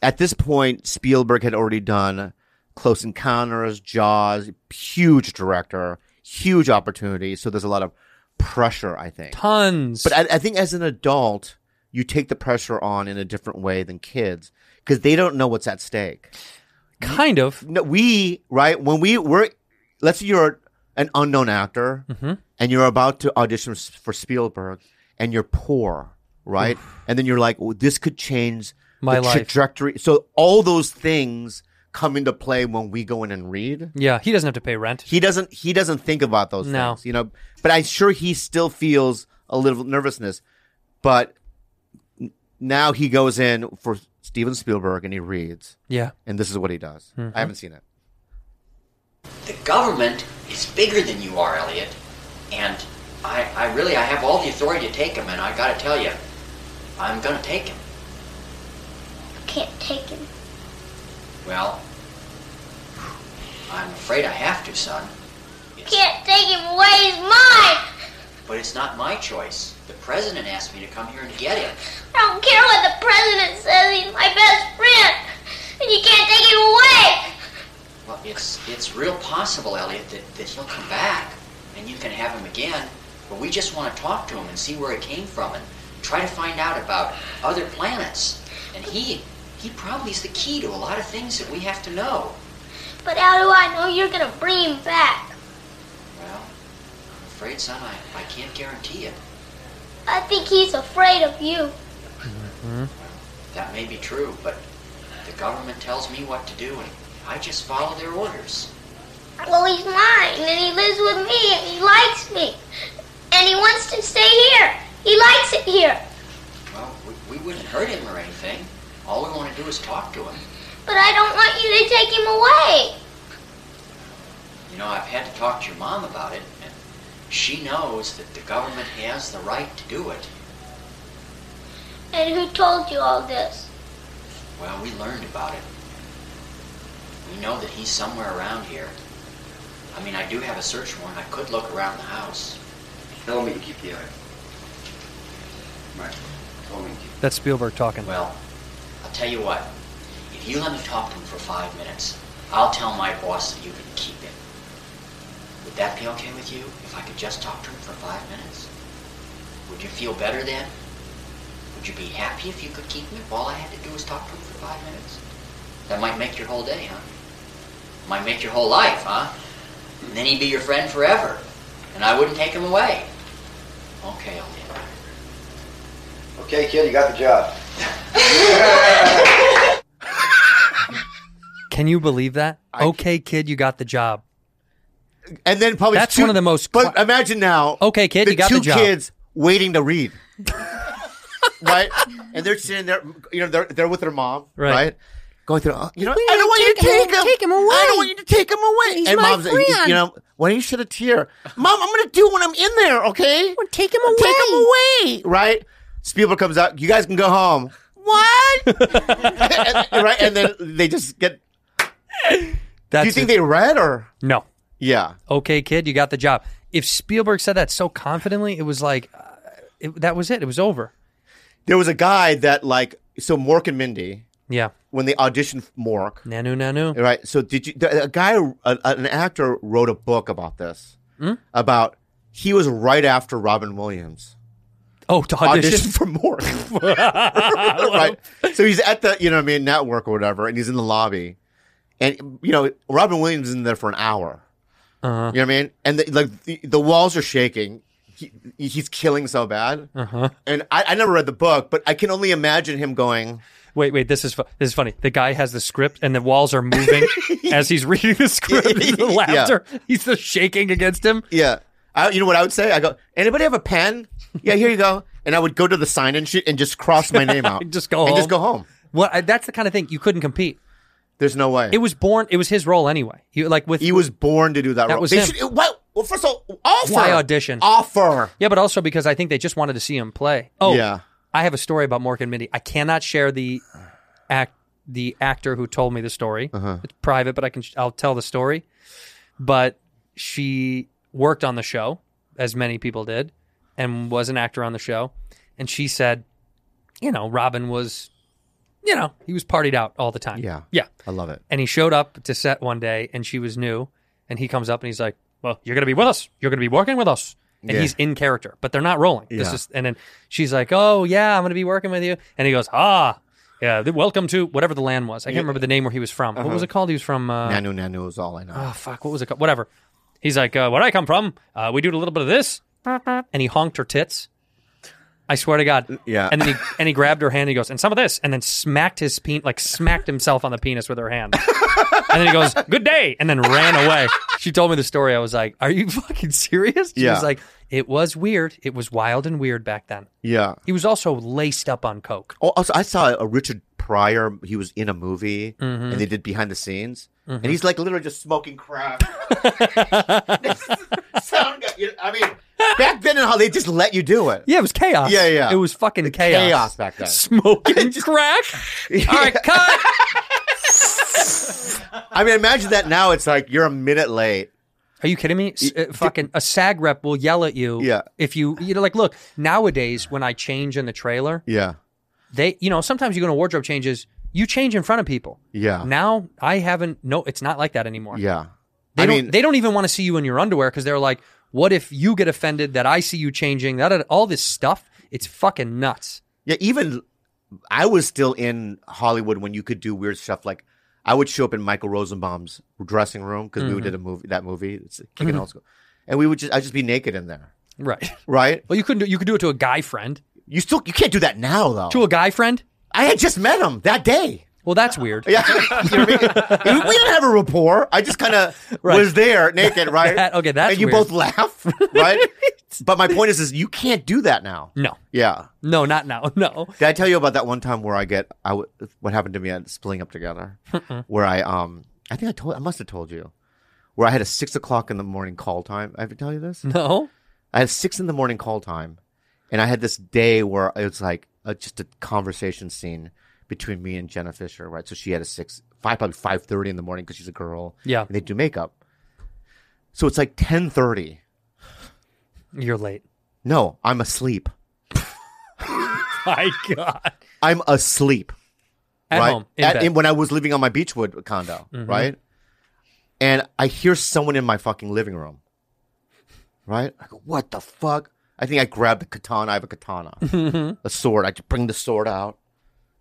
Speaker 4: at this point, Spielberg had already done Close Encounters, Jaws, huge director, huge opportunity. So there's a lot of pressure, I think.
Speaker 3: Tons.
Speaker 4: But I, I think as an adult, you take the pressure on in a different way than kids because they don't know what's at stake.
Speaker 3: kind of.
Speaker 4: No, we right when we were, let's say you're an unknown actor
Speaker 3: Mm-hmm.
Speaker 4: and you're about to audition s- for Spielberg and you're poor, right? and then you're like, well, this could change
Speaker 3: My
Speaker 4: the
Speaker 3: life.
Speaker 4: trajectory. So all those things come into play when we go in and read.
Speaker 3: Yeah, he doesn't have to pay rent.
Speaker 4: He doesn't. He doesn't think about those
Speaker 3: No.
Speaker 4: things, you know. But I'm sure he still feels a little nervousness. But n- now he goes in for Steven Spielberg and he reads,
Speaker 3: Yeah.
Speaker 4: and this is what he does.
Speaker 3: Mm-hmm.
Speaker 4: I haven't seen it.
Speaker 8: The government is bigger than you are, Elliot. And I, I really, I have all the authority to take him, and I gotta tell you, I'm gonna take him.
Speaker 9: You can't take him.
Speaker 8: Well, I'm afraid I have to, son.
Speaker 9: You can't take him away. He's mine.
Speaker 8: But it's not my choice. The president asked me to come here and get him.
Speaker 9: I don't care what the president says. He's my best friend, and you can't take him away.
Speaker 8: Well, it's it's real possible, Elliot, that, that he'll come back and you can have him again. But we just want to talk to him and see where he came from and try to find out about other planets. And he he probably is the key to a lot of things that we have to know.
Speaker 9: But how do I know you're gonna bring him back?
Speaker 8: Well, I'm afraid, son, I, I can't guarantee it.
Speaker 9: I think he's afraid of you.
Speaker 8: That may be true, but the government tells me what to do and I just follow their orders.
Speaker 9: Well, he's mine, and he lives with me, and he likes me, and he wants to stay here. He likes it here.
Speaker 8: Well, we, we wouldn't hurt him or anything. All we want to do is talk to him.
Speaker 9: But I don't want you to take him away.
Speaker 8: You know, I've had to talk to your mom about it, and she knows that the government has the right to do it.
Speaker 9: And who told you all this?
Speaker 8: Well, we learned about it. We know that he's somewhere around here. I mean, I do have a search warrant. I could look around the house.
Speaker 10: Tell me to keep the eye. Right. Tell me to keep.
Speaker 3: That's Spielberg talking.
Speaker 8: Well, I'll tell you what. If you let me talk to him for five minutes, I'll tell my boss that you can keep him. Would that be okay with you if I could just talk to him for five minutes? Would you feel better then? Would you be happy if you could keep him if all I had to do was talk to him for five minutes? That might make your whole day, huh? Might make your whole life, huh? And then he'd be your friend forever, and I wouldn't take him away. Okay, I'll leave.
Speaker 10: Okay, kid, you got the job.
Speaker 3: Can you believe that?
Speaker 4: I-
Speaker 3: okay, kid, you got the job.
Speaker 4: And then probably
Speaker 3: That's
Speaker 4: two-
Speaker 3: one of the most
Speaker 4: But
Speaker 3: cla-
Speaker 4: imagine now.
Speaker 3: Okay, kid,
Speaker 4: the
Speaker 3: you got
Speaker 4: two
Speaker 3: the job.
Speaker 4: kids waiting to read, (laughs) right? And they're sitting there. You know, they're they're with their mom,
Speaker 3: Right.
Speaker 4: right? Going through. "Oh, You know, I don't want you to take him.
Speaker 6: take him away.
Speaker 4: I don't want you to take him away.
Speaker 6: He's
Speaker 4: and
Speaker 6: my
Speaker 4: mom's, like,
Speaker 6: friend.
Speaker 4: you know, why don't you shed a tear, mom? I'm gonna do when I'm in there. Okay,
Speaker 6: Take him
Speaker 4: take him away, right? Spielberg comes out. You guys can go home. What? (laughs) And- right, and then they just get.
Speaker 3: That's
Speaker 4: do you think
Speaker 3: it.
Speaker 4: they read or?
Speaker 3: No.
Speaker 4: Yeah.
Speaker 3: Okay, kid, you got the job. If Spielberg said that so confidently, it was like uh, it, that was it. It was over.
Speaker 4: there was a guy that like so Mork and Mindy
Speaker 3: Yeah.
Speaker 4: when they auditioned for Mork,
Speaker 3: Nanu nanu.
Speaker 4: right? So did you? the- A guy, a, an actor, wrote a book about this. About he was right after Robin Williams
Speaker 3: Oh, (laughs) to audition.
Speaker 4: auditioned for
Speaker 3: (laughs)
Speaker 4: Mork, (laughs) right? So he's at the you know what I mean network or whatever, and he's in the lobby, and you know Robin Williams is in there for an hour.
Speaker 3: Uh-huh.
Speaker 4: You know what I mean? And the, like the, the walls are shaking. He,
Speaker 3: Uh-huh.
Speaker 4: he's killing so bad, and I, I never read the book, but I can only imagine him going.
Speaker 3: Wait, wait. This is fu- this is funny. The guy has the script, and the walls are
Speaker 4: (laughs)
Speaker 3: moving as he's reading the script. and the
Speaker 4: Yeah.
Speaker 3: laughter. He's just shaking against him.
Speaker 4: Yeah. I, you know what I would say? I go, anybody have a
Speaker 3: (laughs)
Speaker 4: pen? Yeah, here you go. And I would go to the sign in sheet and just cross my
Speaker 3: (laughs)
Speaker 4: name out.
Speaker 3: Just go
Speaker 4: and
Speaker 3: home.
Speaker 4: just go home.
Speaker 3: Well, I, that's the kind of thing you couldn't compete.
Speaker 4: There's no way.
Speaker 3: It was born. It was his role anyway. He like with
Speaker 4: he was born to do that.
Speaker 3: That
Speaker 4: role.
Speaker 3: was
Speaker 4: They
Speaker 3: him.
Speaker 4: should- what? Well, first of all, offer.
Speaker 3: Why audition?
Speaker 4: Offer.
Speaker 3: yeah, but also because I think they just wanted to see him play. Oh,
Speaker 4: Yeah.
Speaker 3: I have a story about Mork and Mindy. I cannot share the act the actor who told me the story. It's private, but I can I'll tell the story. But she worked on the show, as many people did, and was an actor on the show. And she said, you know, Robin was, you know, he was partied out all the time.
Speaker 4: Yeah.
Speaker 3: yeah.
Speaker 4: I love it.
Speaker 3: And he showed up to set one day, and she was new. And he comes up and he's like, "Well, you're gonna be with us. You're gonna be working with us." And
Speaker 4: Yeah.
Speaker 3: he's in character, but they're not rolling. This
Speaker 4: Yeah.
Speaker 3: is, and then she's like, "Oh yeah, I'm gonna be working with you." And he goes, "Ah, yeah, th- welcome to whatever the land was. I can't remember the name where he was from. What
Speaker 4: Uh-huh.
Speaker 3: was it called? He was from uh,
Speaker 4: Nanu Nanu is all I know.
Speaker 3: oh fuck, what was it called? Whatever." He's like, uh, "Where I come from, uh, we do a little bit of this," and he honked her tits. I swear to God.
Speaker 4: Yeah.
Speaker 3: And then he and he grabbed her hand. And he goes, and some of this, and then smacked his penis, like smacked himself on the penis with her hand. and then he goes, good day, and then ran away. She told me the story. I was like, are you fucking serious? She
Speaker 4: Yeah.
Speaker 3: was like, it was weird. It was wild and weird back then.
Speaker 4: yeah.
Speaker 3: He was also laced up on coke.
Speaker 4: Oh, also, I saw a Richard Pryor. He was in a movie,
Speaker 3: Mm-hmm.
Speaker 4: and they did behind the scenes, and he's like literally just smoking crack. (laughs) This is- sound guy, you- I mean, back then in Hollywood, they just let you do it.
Speaker 3: Yeah, it was chaos.
Speaker 4: Yeah, yeah.
Speaker 3: It was fucking chaos.
Speaker 4: chaos back then.
Speaker 3: Smoking
Speaker 4: (laughs)
Speaker 3: crack. All right, cut.
Speaker 4: I mean, imagine that now. It's like you're a minute late.
Speaker 3: Are you kidding me? S- uh, fucking a SAG rep will yell at you.
Speaker 4: Yeah.
Speaker 3: If you you know, like, look nowadays when I change in the trailer,
Speaker 4: Yeah,
Speaker 3: they you know sometimes you go to wardrobe changes, you change in front of people.
Speaker 4: yeah,
Speaker 3: Now I haven't. No, it's not like that anymore.
Speaker 4: yeah.
Speaker 3: They
Speaker 4: I
Speaker 3: don't.
Speaker 4: mean,
Speaker 3: they don't even want to see you in your underwear because they're like, what if you get offended that I see you changing? That that- all this stuff. It's fucking nuts.
Speaker 4: yeah. Even I was still in Hollywood when you could do weird stuff. Like I would show up in Michael Rosenbaum's dressing room because
Speaker 3: Mm-hmm.
Speaker 4: we did a movie. That movie, it's kicking old school, and we would just I'd just be naked in there,
Speaker 3: Right.
Speaker 4: right? (laughs)
Speaker 3: Well, you couldn't. Do, you could do it to a guy friend.
Speaker 4: You still you can't do that now though.
Speaker 3: To a guy friend.
Speaker 4: I had just met him that day. (laughs)
Speaker 3: Well, that's weird.
Speaker 4: Yeah, you know what I mean? we didn't have a rapport. I just kind of
Speaker 3: (laughs) Right.
Speaker 4: was there
Speaker 3: (laughs)
Speaker 4: naked, right?
Speaker 3: That- okay, that's
Speaker 4: and you
Speaker 3: weird.
Speaker 4: both laugh, (laughs)
Speaker 3: (laughs)
Speaker 4: right? but my point is, is you can't do that now.
Speaker 3: No.
Speaker 4: Yeah.
Speaker 3: No, not now. (laughs) No.
Speaker 4: Did I tell you about that one time where I get I w- what happened to me at splitting up together? where I um I think I told I must have told you where I had a six o'clock in the morning call time. I ever tell you this?
Speaker 3: No.
Speaker 4: I had six in the morning call time, and I had this day where it was like uh just a conversation scene between me and Jenna Fisher, right? So she had a six, five, probably five thirty in the morning because she's a girl.
Speaker 3: Yeah.
Speaker 4: and they do makeup. So it's like ten thirty.
Speaker 3: You're late.
Speaker 4: No, I'm asleep.
Speaker 3: My God.
Speaker 4: I'm asleep.
Speaker 3: At
Speaker 4: right?
Speaker 3: home. In
Speaker 4: At-
Speaker 3: bed. Mm-hmm.
Speaker 4: in- when I was living on my Beechwood condo, right? And I hear someone in my fucking living room, right? I go, what the fuck? I think I grabbed the katana. I have a
Speaker 3: (laughs)
Speaker 4: katana,
Speaker 3: Mm-hmm.
Speaker 4: a sword. I just bring the sword out.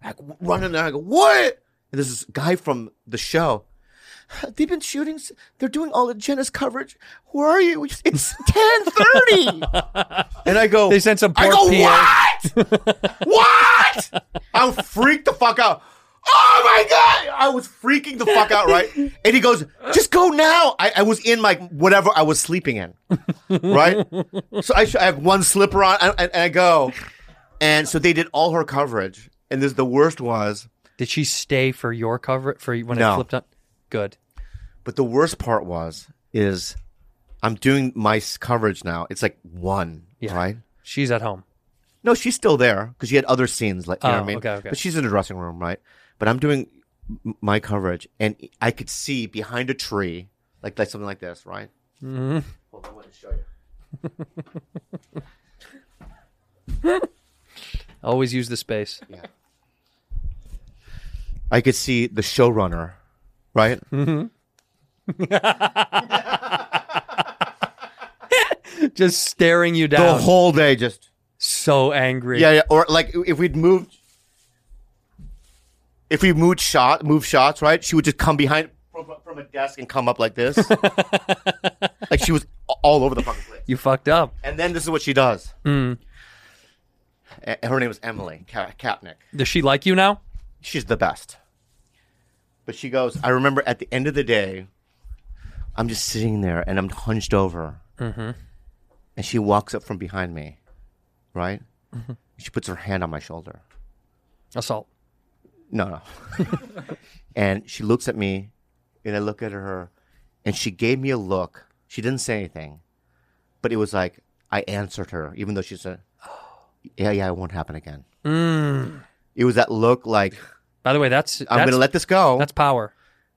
Speaker 4: I go, run in there. I go, what? And there's this guy from the show. (sighs) They've been shooting. s- They're doing all the Jenna's coverage. Where are you?
Speaker 3: (laughs)
Speaker 4: It's ten thirty. and I go.
Speaker 3: They sent some
Speaker 4: I
Speaker 3: poor
Speaker 4: go.
Speaker 3: PA.
Speaker 4: What? what? I'm freaked the fuck out. Oh my god! I was freaking the fuck out, right? And he goes, "Just go now." I, I was in my whatever I was sleeping in, right? so I, sh- I have one slipper on, and, and I go, and so they did all her coverage. And this the worst was,
Speaker 3: Did she stay for your cover for when it
Speaker 4: No.
Speaker 3: flipped on? Good.
Speaker 4: but the worst part was, is I'm doing my s- coverage now. It's like one,
Speaker 3: Yeah.
Speaker 4: right?
Speaker 3: She's at home.
Speaker 4: No, she's still there because she had other scenes. Like, you
Speaker 3: Oh,
Speaker 4: know what I mean?
Speaker 3: okay, okay.
Speaker 4: But she's in the dressing room, right? But I'm doing m- my coverage, and I could see behind a tree, like like something like this, right? Mm-hmm. Hold on, I want to show you.
Speaker 3: Always use the space.
Speaker 4: (laughs) I could see the showrunner, right?
Speaker 3: Hmm. Just staring you
Speaker 4: The
Speaker 3: down.
Speaker 4: whole day, just
Speaker 3: so angry.
Speaker 4: yeah, yeah. Or like if we'd moved, if we moved shot, move shots, right? She would just come behind from, from a desk and come up like this, like she was a- all over the fucking place.
Speaker 3: You fucked up.
Speaker 4: And then this is what she does. A- Her name is Emily Ka- Katnick.
Speaker 3: Does she like you now?
Speaker 4: she's the best. But she goes, I remember at the end of the day, I'm just sitting there and I'm hunched over.
Speaker 3: Mhm.
Speaker 4: And she walks up from behind me, right? She puts her hand on my shoulder.
Speaker 3: Assault.
Speaker 4: No, (laughs) no. and she looks at me, and I look at her, and she gave me a look. She didn't say anything, but it was like I answered her, even though she said, (gasps) "Yeah, yeah, it won't happen again."
Speaker 3: Mm.
Speaker 4: It was that look, like
Speaker 3: By the way, that's
Speaker 4: I'm
Speaker 3: that's-
Speaker 4: gonna let this go.
Speaker 3: That's power.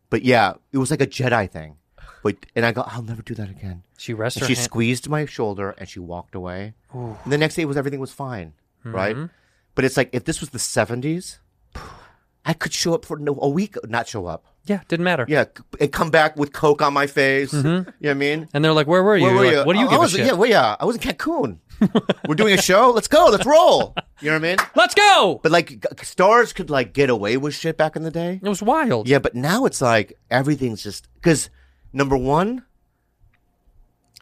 Speaker 4: But yeah, it was like a Jedi thing. But and I go, I'll never do that again.
Speaker 3: She rests
Speaker 4: And
Speaker 3: her
Speaker 4: she
Speaker 3: hand-
Speaker 4: squeezed my shoulder and she walked away.
Speaker 3: Ooh.
Speaker 4: And the next day was everything was fine, right?
Speaker 3: Mhm.
Speaker 4: But it's like if this was the seventies, I could show up for no, a week, not show up.
Speaker 3: Yeah, didn't matter.
Speaker 4: Yeah, c- and come back with coke on my face. You know what I mean?
Speaker 3: Mm-hmm. And they're like, "Where were you?
Speaker 4: Where
Speaker 3: You're
Speaker 4: were
Speaker 3: like,
Speaker 4: you?
Speaker 3: What do you
Speaker 4: I,
Speaker 3: give
Speaker 4: I was,
Speaker 3: a shit?
Speaker 4: Yeah, well, yeah, I was
Speaker 3: (laughs)
Speaker 4: in Cancun. We're doing a show. Let's go. Let's roll. You know what I mean?
Speaker 3: Let's go.
Speaker 4: But like, g- stars could like get away with shit back in the day.
Speaker 3: It was wild.
Speaker 4: Yeah, but now it's like everything's just because number one,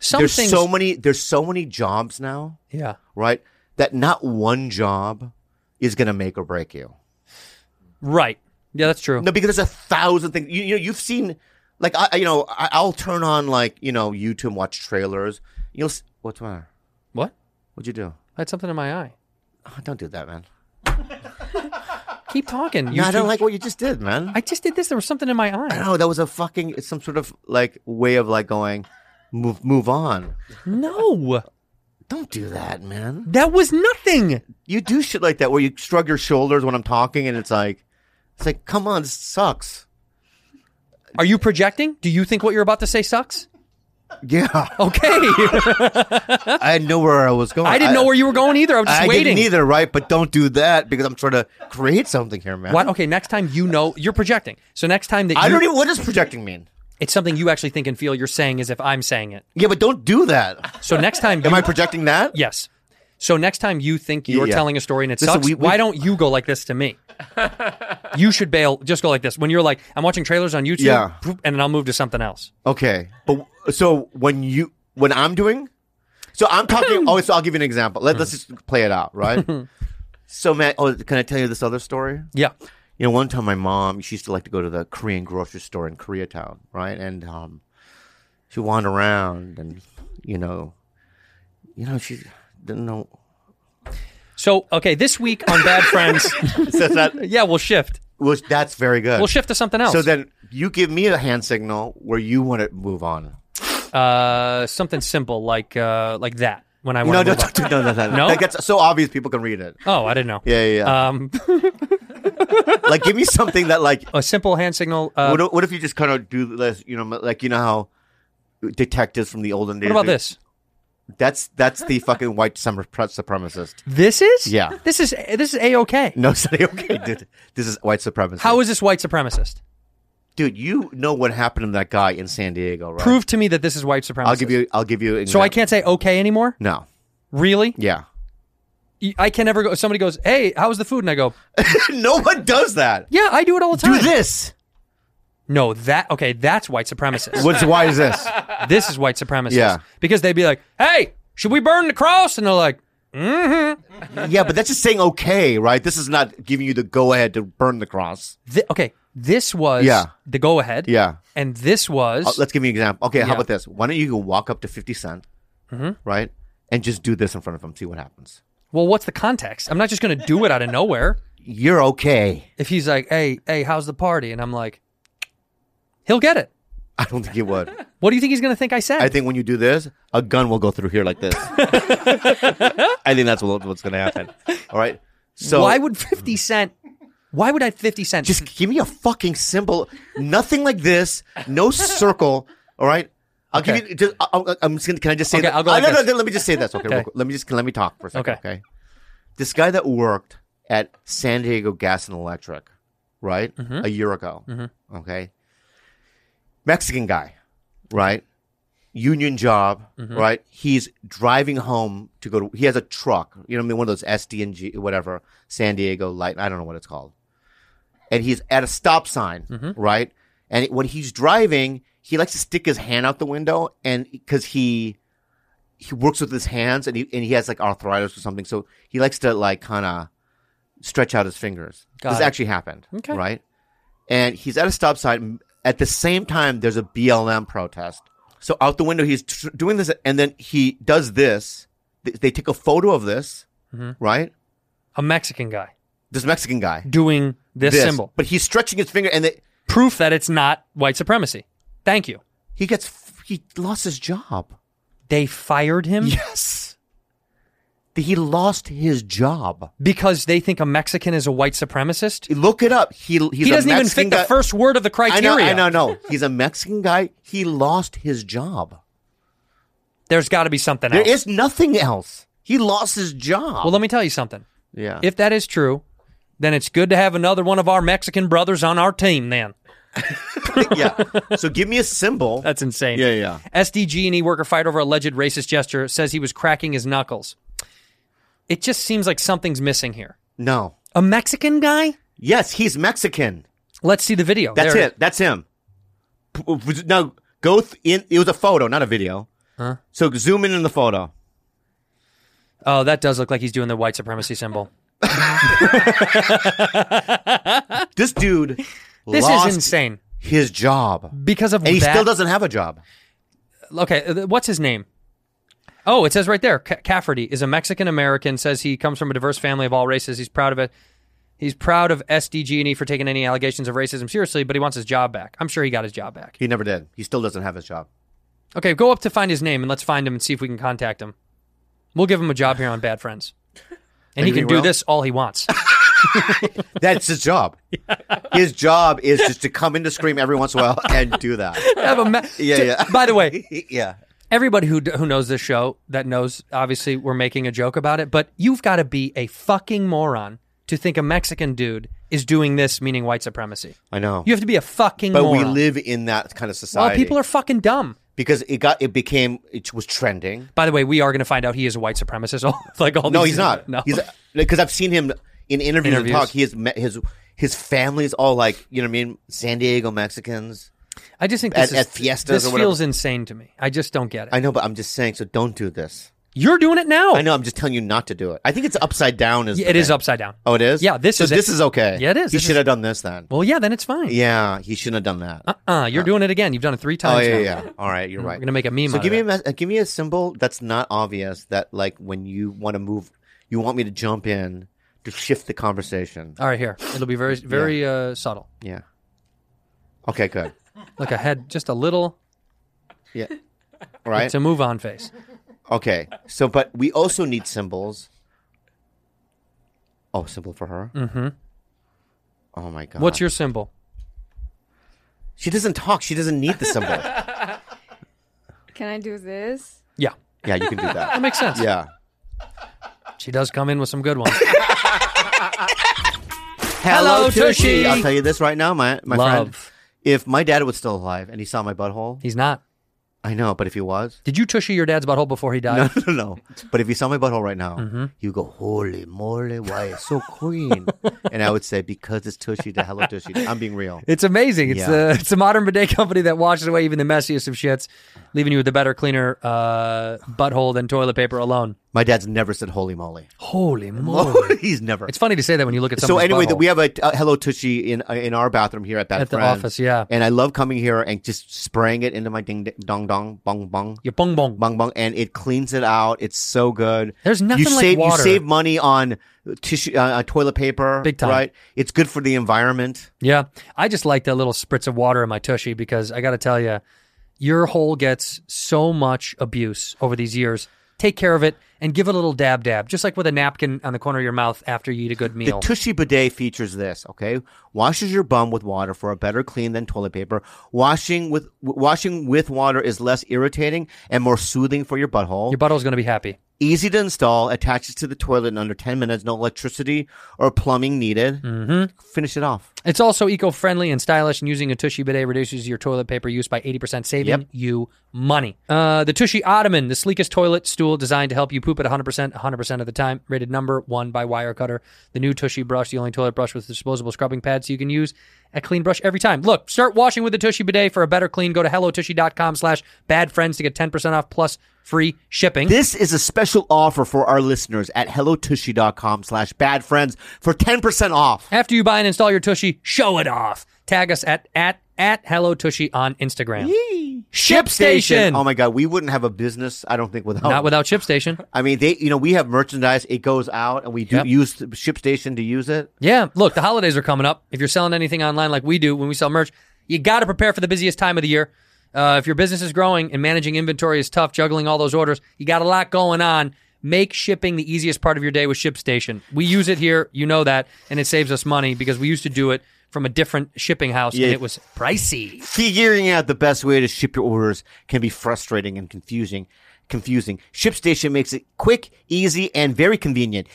Speaker 3: Some
Speaker 4: there's
Speaker 3: things-
Speaker 4: so many there's so many jobs now,
Speaker 3: Yeah.
Speaker 4: right? That not one job is gonna make or break you.
Speaker 3: Right. Yeah, that's true.
Speaker 4: No, because there's a thousand things. You, you know, you've seen, like, I, I- you know, I, I'll turn on like, you know, YouTube and watch trailers. You'll s- what's the matter?
Speaker 3: What?
Speaker 4: What'd you do?
Speaker 3: I had something in my eye.
Speaker 4: Oh, don't do that, man.
Speaker 3: Keep talking.
Speaker 4: No, I
Speaker 3: YouTube-
Speaker 4: don't like what you just did, man.
Speaker 3: I just did this. There was something in my
Speaker 4: I
Speaker 3: eye.
Speaker 4: (laughs) don't know. That was a fucking it's some sort of like way of like going, move move on.
Speaker 3: No,
Speaker 4: don't do that, man.
Speaker 3: That was nothing.
Speaker 4: You do shit like that where you shrug your shoulders when I'm talking, and it's like, it's like, come on, this sucks.
Speaker 3: Are you projecting? Do you think what you're about to say sucks?
Speaker 4: Yeah. (laughs)
Speaker 3: Okay.
Speaker 4: I had nowhere I was going.
Speaker 3: I didn't know where you were going either. I was just
Speaker 4: I
Speaker 3: waiting.
Speaker 4: didn't either, right? But don't do that because I'm trying to create something here, man.
Speaker 3: Why- Okay, next time you know you're projecting. So next time that
Speaker 4: I
Speaker 3: you-
Speaker 4: don't e- even. What does projecting mean?
Speaker 3: It's something you actually think and feel. You're saying as if I'm saying it.
Speaker 4: Yeah, but don't do that.
Speaker 3: So next time,
Speaker 4: am I projecting that?
Speaker 3: Yes. So next time you think you're
Speaker 4: Yeah.
Speaker 3: telling a story and it
Speaker 4: Listen,
Speaker 3: sucks,
Speaker 4: we- we-
Speaker 3: why don't you go like this to
Speaker 4: (laughs)
Speaker 3: me? you should bail. Just go like this. When you're like, I'm watching trailers on YouTube,
Speaker 4: Yeah.
Speaker 3: poof, and then I'll move to something else.
Speaker 4: Okay, but so when you when I'm doing, so
Speaker 3: (clears throat)
Speaker 4: I'm talking. oh, so I'll give you an example. Let, let's just play it
Speaker 3: (laughs)
Speaker 4: out, right? so, man, oh, can I tell you this other story?
Speaker 3: Yeah.
Speaker 4: You know, one time my mom, she used to like to go to the Korean grocery store in Koreatown, right? And um, she wandered around, and you know, you know, she didn't
Speaker 3: (laughs)
Speaker 4: know.
Speaker 3: So okay, this week on Bad Friends,
Speaker 4: (laughs)
Speaker 3: yeah, we'll shift.
Speaker 4: Well, that's very good.
Speaker 3: We'll shift to something else.
Speaker 4: So then you give me a hand signal where you want to move on.
Speaker 3: uh, something simple like uh, like that. When I
Speaker 4: no,
Speaker 3: want
Speaker 4: no,
Speaker 3: to move
Speaker 4: no, no, no,
Speaker 3: (laughs)
Speaker 4: no,
Speaker 3: No?
Speaker 4: That gets so obvious people can read it.
Speaker 3: on. Oh, I didn't know.
Speaker 4: Yeah, yeah, yeah.
Speaker 3: Um,
Speaker 4: (laughs) like, give me something that like
Speaker 3: a simple hand signal. Uh,
Speaker 4: what, if- what if you just kind of do this? You know, like you know how detectives from the olden days.
Speaker 3: what about
Speaker 4: do-
Speaker 3: this?
Speaker 4: That's that's the fucking white summer pre- supremacist.
Speaker 3: (laughs) This is
Speaker 4: Yeah.
Speaker 3: This is this is a okay.
Speaker 4: No, sorry, okay, dude. This is white supremacist.
Speaker 3: How is this white supremacist?
Speaker 4: dude? You know what happened to that guy in San Diego, right?
Speaker 3: Prove to me that this is white supremacist.
Speaker 4: I'll give you. I'll give you. an
Speaker 3: So I
Speaker 4: example.
Speaker 3: can't say okay anymore.
Speaker 4: No.
Speaker 3: Really?
Speaker 4: Yeah.
Speaker 3: I can never go. Somebody goes, "Hey, how was the food?" And I go,
Speaker 4: no one does that.
Speaker 3: "Yeah, I do it all the
Speaker 4: Do
Speaker 3: time."
Speaker 4: this.
Speaker 3: No, that okay. That's white
Speaker 4: (laughs)
Speaker 3: supremacist.
Speaker 4: What's why
Speaker 3: (laughs)
Speaker 4: is this?
Speaker 3: this is white supremacist.
Speaker 4: Yeah.
Speaker 3: because they'd be like, "Hey, should we burn the cross?" And they're like,
Speaker 4: yeah, but that's just saying okay, right? This is not giving you the go ahead to burn the cross.
Speaker 3: Th- okay, this was
Speaker 4: Yeah.
Speaker 3: the go ahead.
Speaker 4: Yeah.
Speaker 3: And this was
Speaker 4: Uh, let's give you an example. Okay,
Speaker 3: Yeah. Mm-hmm.
Speaker 4: how about this? Why don't you go walk up to Fifty Cent, right, and just do this in front of him, see what happens.
Speaker 3: well, what's the context? I'm not just going to do it out of nowhere.
Speaker 4: You're okay. (laughs)
Speaker 3: If he's like, "Hey, hey, how's the party?" and I'm like, he'll get it.
Speaker 4: I don't think you would.
Speaker 3: What do you think he's going to think I said?
Speaker 4: I think when you do this, a gun will go through here like
Speaker 3: (laughs)
Speaker 4: this. I think that's what, what's going to happen. All right. So
Speaker 3: why would 50 Cent? Why would I 50 Cent?
Speaker 4: just give me a fucking symbol? Nothing like this. No circle. All right. I'll give
Speaker 3: Okay.
Speaker 4: you. Just, I, am just gonna. Can I just say
Speaker 3: Okay,
Speaker 4: that?
Speaker 3: I'll go
Speaker 4: Oh,
Speaker 3: like
Speaker 4: no,
Speaker 3: this.
Speaker 4: no, no, Let me just say this. Okay. real
Speaker 3: Okay.
Speaker 4: quick. Let me just. Let me talk for a second.
Speaker 3: Okay.
Speaker 4: Okay. This guy that worked at San Diego Gas and Electric, right,
Speaker 3: Mm-hmm.
Speaker 4: a year ago. Okay. Mexican guy, right? Union job,
Speaker 3: Mm-hmm.
Speaker 4: right? He's driving home to go to. He has a truck. You know, what I mean, one of those SDNG, whatever, San Diego light. I don't know what it's called and he's at a stop sign,
Speaker 3: Mm-hmm.
Speaker 4: right? And when he's driving, he likes to stick his hand out the window, and because he he works with his hands, and he and he has like arthritis or something, so he likes to like kind of stretch out his fingers.
Speaker 3: Got
Speaker 4: this
Speaker 3: it.
Speaker 4: actually happened.
Speaker 3: Okay.
Speaker 4: Right? And he's at a stop sign. At the same time, there's a BLM protest. So out the window, he's tr- doing this, and then he does this. They, they take a photo of this,
Speaker 3: Mhm.
Speaker 4: right?
Speaker 3: A Mexican guy
Speaker 4: This Mexican guy.
Speaker 3: doing this, symbol.
Speaker 4: But he's stretching his finger, and they,
Speaker 3: Proof that it's not white supremacy. Thank you.
Speaker 4: he gets, f- he lost his job.
Speaker 3: They fired him
Speaker 4: Yes. He lost his job.
Speaker 3: because they think a Mexican is a white supremacist.
Speaker 4: Look it up. He he's
Speaker 3: he
Speaker 4: a
Speaker 3: doesn't even
Speaker 4: Mexican
Speaker 3: fit
Speaker 4: guy.
Speaker 3: the first word of the
Speaker 4: I
Speaker 3: criteria.
Speaker 4: know, I know, no. He's a Mexican guy. He lost his job.
Speaker 3: There's got to be something
Speaker 4: There
Speaker 3: else.
Speaker 4: is nothing else. He lost his job.
Speaker 3: well, let me tell you something.
Speaker 4: yeah.
Speaker 3: If that is true, then it's good to have another one of our Mexican brothers on our team. Then (laughs)
Speaker 4: yeah. So give me a symbol.
Speaker 3: that's insane.
Speaker 4: yeah, yeah.
Speaker 3: SDG&E worker fired over alleged racist gesture says he was cracking his knuckles. It just seems like something's missing here.
Speaker 4: No.
Speaker 3: A Mexican guy?
Speaker 4: Yes, he's Mexican.
Speaker 3: Let's see the video.
Speaker 4: That's
Speaker 3: Oh, There
Speaker 4: it. That's him. P- p- Now go th- in. It was a photo, not a video.
Speaker 3: Huh?
Speaker 4: So zoom in in the photo.
Speaker 3: Oh, that does look like he's doing the white supremacy symbol.
Speaker 4: This dude
Speaker 3: This
Speaker 4: lost
Speaker 3: is insane
Speaker 4: his job,
Speaker 3: because of
Speaker 4: and he
Speaker 3: that.
Speaker 4: still doesn't have a job.
Speaker 3: okay, uh, what's his name? Oh, it says right there. Ca Cafferty is a Mexican American. Says he comes from a diverse family of all races. He's proud of it. He's proud of SDG&E E for taking any allegations of racism seriously, but he wants his job back. I'm sure he got his job back.
Speaker 4: He never did. He still doesn't have his job.
Speaker 3: Okay, go up to find his name and let's find him and see if we can contact him. We'll give him a job here on Bad Friends, and he can
Speaker 4: you think
Speaker 3: do
Speaker 4: we'll?
Speaker 3: this all he
Speaker 4: (laughs)
Speaker 3: wants.
Speaker 4: That's
Speaker 3: (laughs)
Speaker 4: his job. His job is just to come into Scream every once in a while and do that. (laughs)
Speaker 3: Have a ma-
Speaker 4: Yeah, yeah.
Speaker 3: By
Speaker 4: (laughs)
Speaker 3: the way,
Speaker 4: Yeah.
Speaker 3: everybody who who knows this show that knows obviously we're making a joke about it but you've got to be a fucking moron to think a mexican dude is doing this meaning white supremacy
Speaker 4: I know.
Speaker 3: you have to be a fucking
Speaker 4: but we
Speaker 3: moron
Speaker 4: live in that kind of
Speaker 3: well
Speaker 4: society.
Speaker 3: people are fucking dumb
Speaker 4: because it got it became it was trending.
Speaker 3: by the way we are going to find out he is a white supremacist (laughs) all, like all
Speaker 4: No,
Speaker 3: these-
Speaker 4: he's
Speaker 3: (laughs)
Speaker 4: not.
Speaker 3: no
Speaker 4: He's because I've seen him in interviews,
Speaker 3: Interviews.
Speaker 4: and talk. He has met his his family's all like you know what I mean, San Diego Mexicans.
Speaker 3: i just think this,
Speaker 4: at-
Speaker 3: is,
Speaker 4: at fiestas
Speaker 3: this
Speaker 4: or whatever.
Speaker 3: feels insane to me i just don't get it
Speaker 4: I know, but I'm just saying. So don't do this.
Speaker 3: you're doing it now
Speaker 4: I know. I'm just telling you not to do it. I think it's upside down. Is
Speaker 3: Yeah,
Speaker 4: the
Speaker 3: it is
Speaker 4: thing.
Speaker 3: upside down
Speaker 4: Oh, it is.
Speaker 3: Yeah, this
Speaker 4: so
Speaker 3: is it.
Speaker 4: this is okay.
Speaker 3: Yeah, it is.
Speaker 4: He
Speaker 3: This
Speaker 4: should
Speaker 3: is-
Speaker 4: have done this then.
Speaker 3: well yeah then it's fine
Speaker 4: Yeah, he shouldn't have done that.
Speaker 3: uh-uh you're doing it again you've done it three
Speaker 4: Oh
Speaker 3: times
Speaker 4: yeah,
Speaker 3: now.
Speaker 4: yeah. All right, you're right.
Speaker 3: we're gonna make a meme
Speaker 4: So
Speaker 3: out
Speaker 4: give
Speaker 3: of
Speaker 4: me a mes- uh, give me a symbol that's not obvious. That like when you want to move, you want me to jump in to shift the conversation.
Speaker 3: all right here it'll be very very uh, subtle
Speaker 4: Yeah. Okay. Good.
Speaker 3: like a head just a little
Speaker 4: Yeah. All right.
Speaker 3: to move on face
Speaker 4: Okay. So, but we also need symbols. Oh, symbol for her.
Speaker 3: hmm
Speaker 4: Oh my god.
Speaker 3: What's your symbol?
Speaker 4: She doesn't talk. She doesn't need the
Speaker 3: (laughs)
Speaker 4: symbol.
Speaker 6: Can I do this?
Speaker 3: Yeah,
Speaker 4: yeah, you can do
Speaker 3: that
Speaker 4: that.
Speaker 3: makes sense.
Speaker 4: Yeah.
Speaker 3: She does come in with some good
Speaker 4: (laughs)
Speaker 3: ones.
Speaker 4: Hello,
Speaker 3: Tushy.
Speaker 4: I'll tell you this right now, my my friend.
Speaker 3: Love.
Speaker 4: If my dad was still alive and he saw my butthole,
Speaker 3: He's not.
Speaker 4: I know, but if he was, (laughs)
Speaker 3: Did you tushy your dad's butthole before he
Speaker 4: No,
Speaker 3: died?
Speaker 4: no, no, no. But if you saw my butthole right now,
Speaker 3: Mm-hmm.
Speaker 4: you would go, holy moly, why it's so
Speaker 3: (laughs)
Speaker 4: clean? and I would say, because it's tushy to hello tushy. I'm being real.
Speaker 3: It's amazing. It's
Speaker 4: Yeah.
Speaker 3: the it's a (laughs) modern bidet company that washes away even the messiest of shits, leaving you with a better, cleaner uh, butthole than toilet paper alone.
Speaker 4: My dad's never said holy moly. (laughs)
Speaker 3: Holy moly!
Speaker 4: He's never.
Speaker 3: it's funny to say that when you look at
Speaker 4: so
Speaker 3: someone's
Speaker 4: anyway, that
Speaker 3: butthole.
Speaker 4: we have a uh, hello tushy in uh, in our bathroom here at that
Speaker 3: At the
Speaker 4: friend.
Speaker 3: office, yeah.
Speaker 4: And I love coming here and just spraying it into my ding ding- dong dong bong bong.
Speaker 3: your bong bong.
Speaker 4: Bong bong, and it cleans it out. It's so good.
Speaker 3: There's nothing
Speaker 4: you
Speaker 3: like
Speaker 4: save,
Speaker 3: water.
Speaker 4: You save money on tissue, uh, uh, toilet paper,
Speaker 3: Big time.
Speaker 4: Right? It's good for the environment.
Speaker 3: Yeah, I just like that little spritz of water in my tushy because I got to tell you, your hole gets so much abuse over these years. Take care of it and give it a little dab dab, just like with a napkin on the corner of your mouth after you eat a good meal.
Speaker 4: The Tushy bidet features this, okay? Washes your bum with water for a better clean than toilet paper. Washing with w- washing with water is less irritating and more soothing for your butthole.
Speaker 3: your butthole's going to be happy.
Speaker 4: Easy to install, attaches to the toilet in under 10 minutes, no electricity or plumbing needed. Mm-hmm. Finish it off.
Speaker 3: It's also eco-friendly and stylish, and using a Tushy bidet reduces your toilet paper use by 80%, saving
Speaker 4: Yep.
Speaker 3: you money. Uh, the Tushy Ottoman, the sleekest toilet stool designed to help you poop at 100%, 100% of the time. Rated number one by Wirecutter. The new Tushy brush, the only toilet brush with disposable scrubbing pad, so you can use a clean brush every time. Look, start washing with the Tushy bidet for a better clean. Go to hellotushy.com slash badfriends to get 10% off plus free shipping.
Speaker 4: This is a special offer for our listeners at hellotushy.com slash bad friends for 10% off.
Speaker 3: After you buy and install your Tushy, show it off. Tag us at at at Hello Tushy on Instagram. Ship Station.
Speaker 4: Oh my God, we wouldn't have a business, I don't think, without
Speaker 3: Not without ShipStation.
Speaker 4: I mean, they, you know, we have merchandise. It goes out, and we do
Speaker 3: Yep.
Speaker 4: use ShipStation to use it.
Speaker 3: Yeah, look, the holidays are coming up. If you're selling anything online like we do when we sell merch, you got to prepare for the busiest time of the year. Uh, if your business is growing and managing inventory is tough, juggling all those orders, you got a lot going on. Make shipping the easiest part of your day with ShipStation. We use it here, you know that, and it saves us money because we used to do it from a different shipping house
Speaker 4: Yeah.
Speaker 3: and it was pricey.
Speaker 4: Figuring out the best way to ship your orders can be frustrating and confusing. Confusing. ShipStation makes it quick, easy, and very convenient.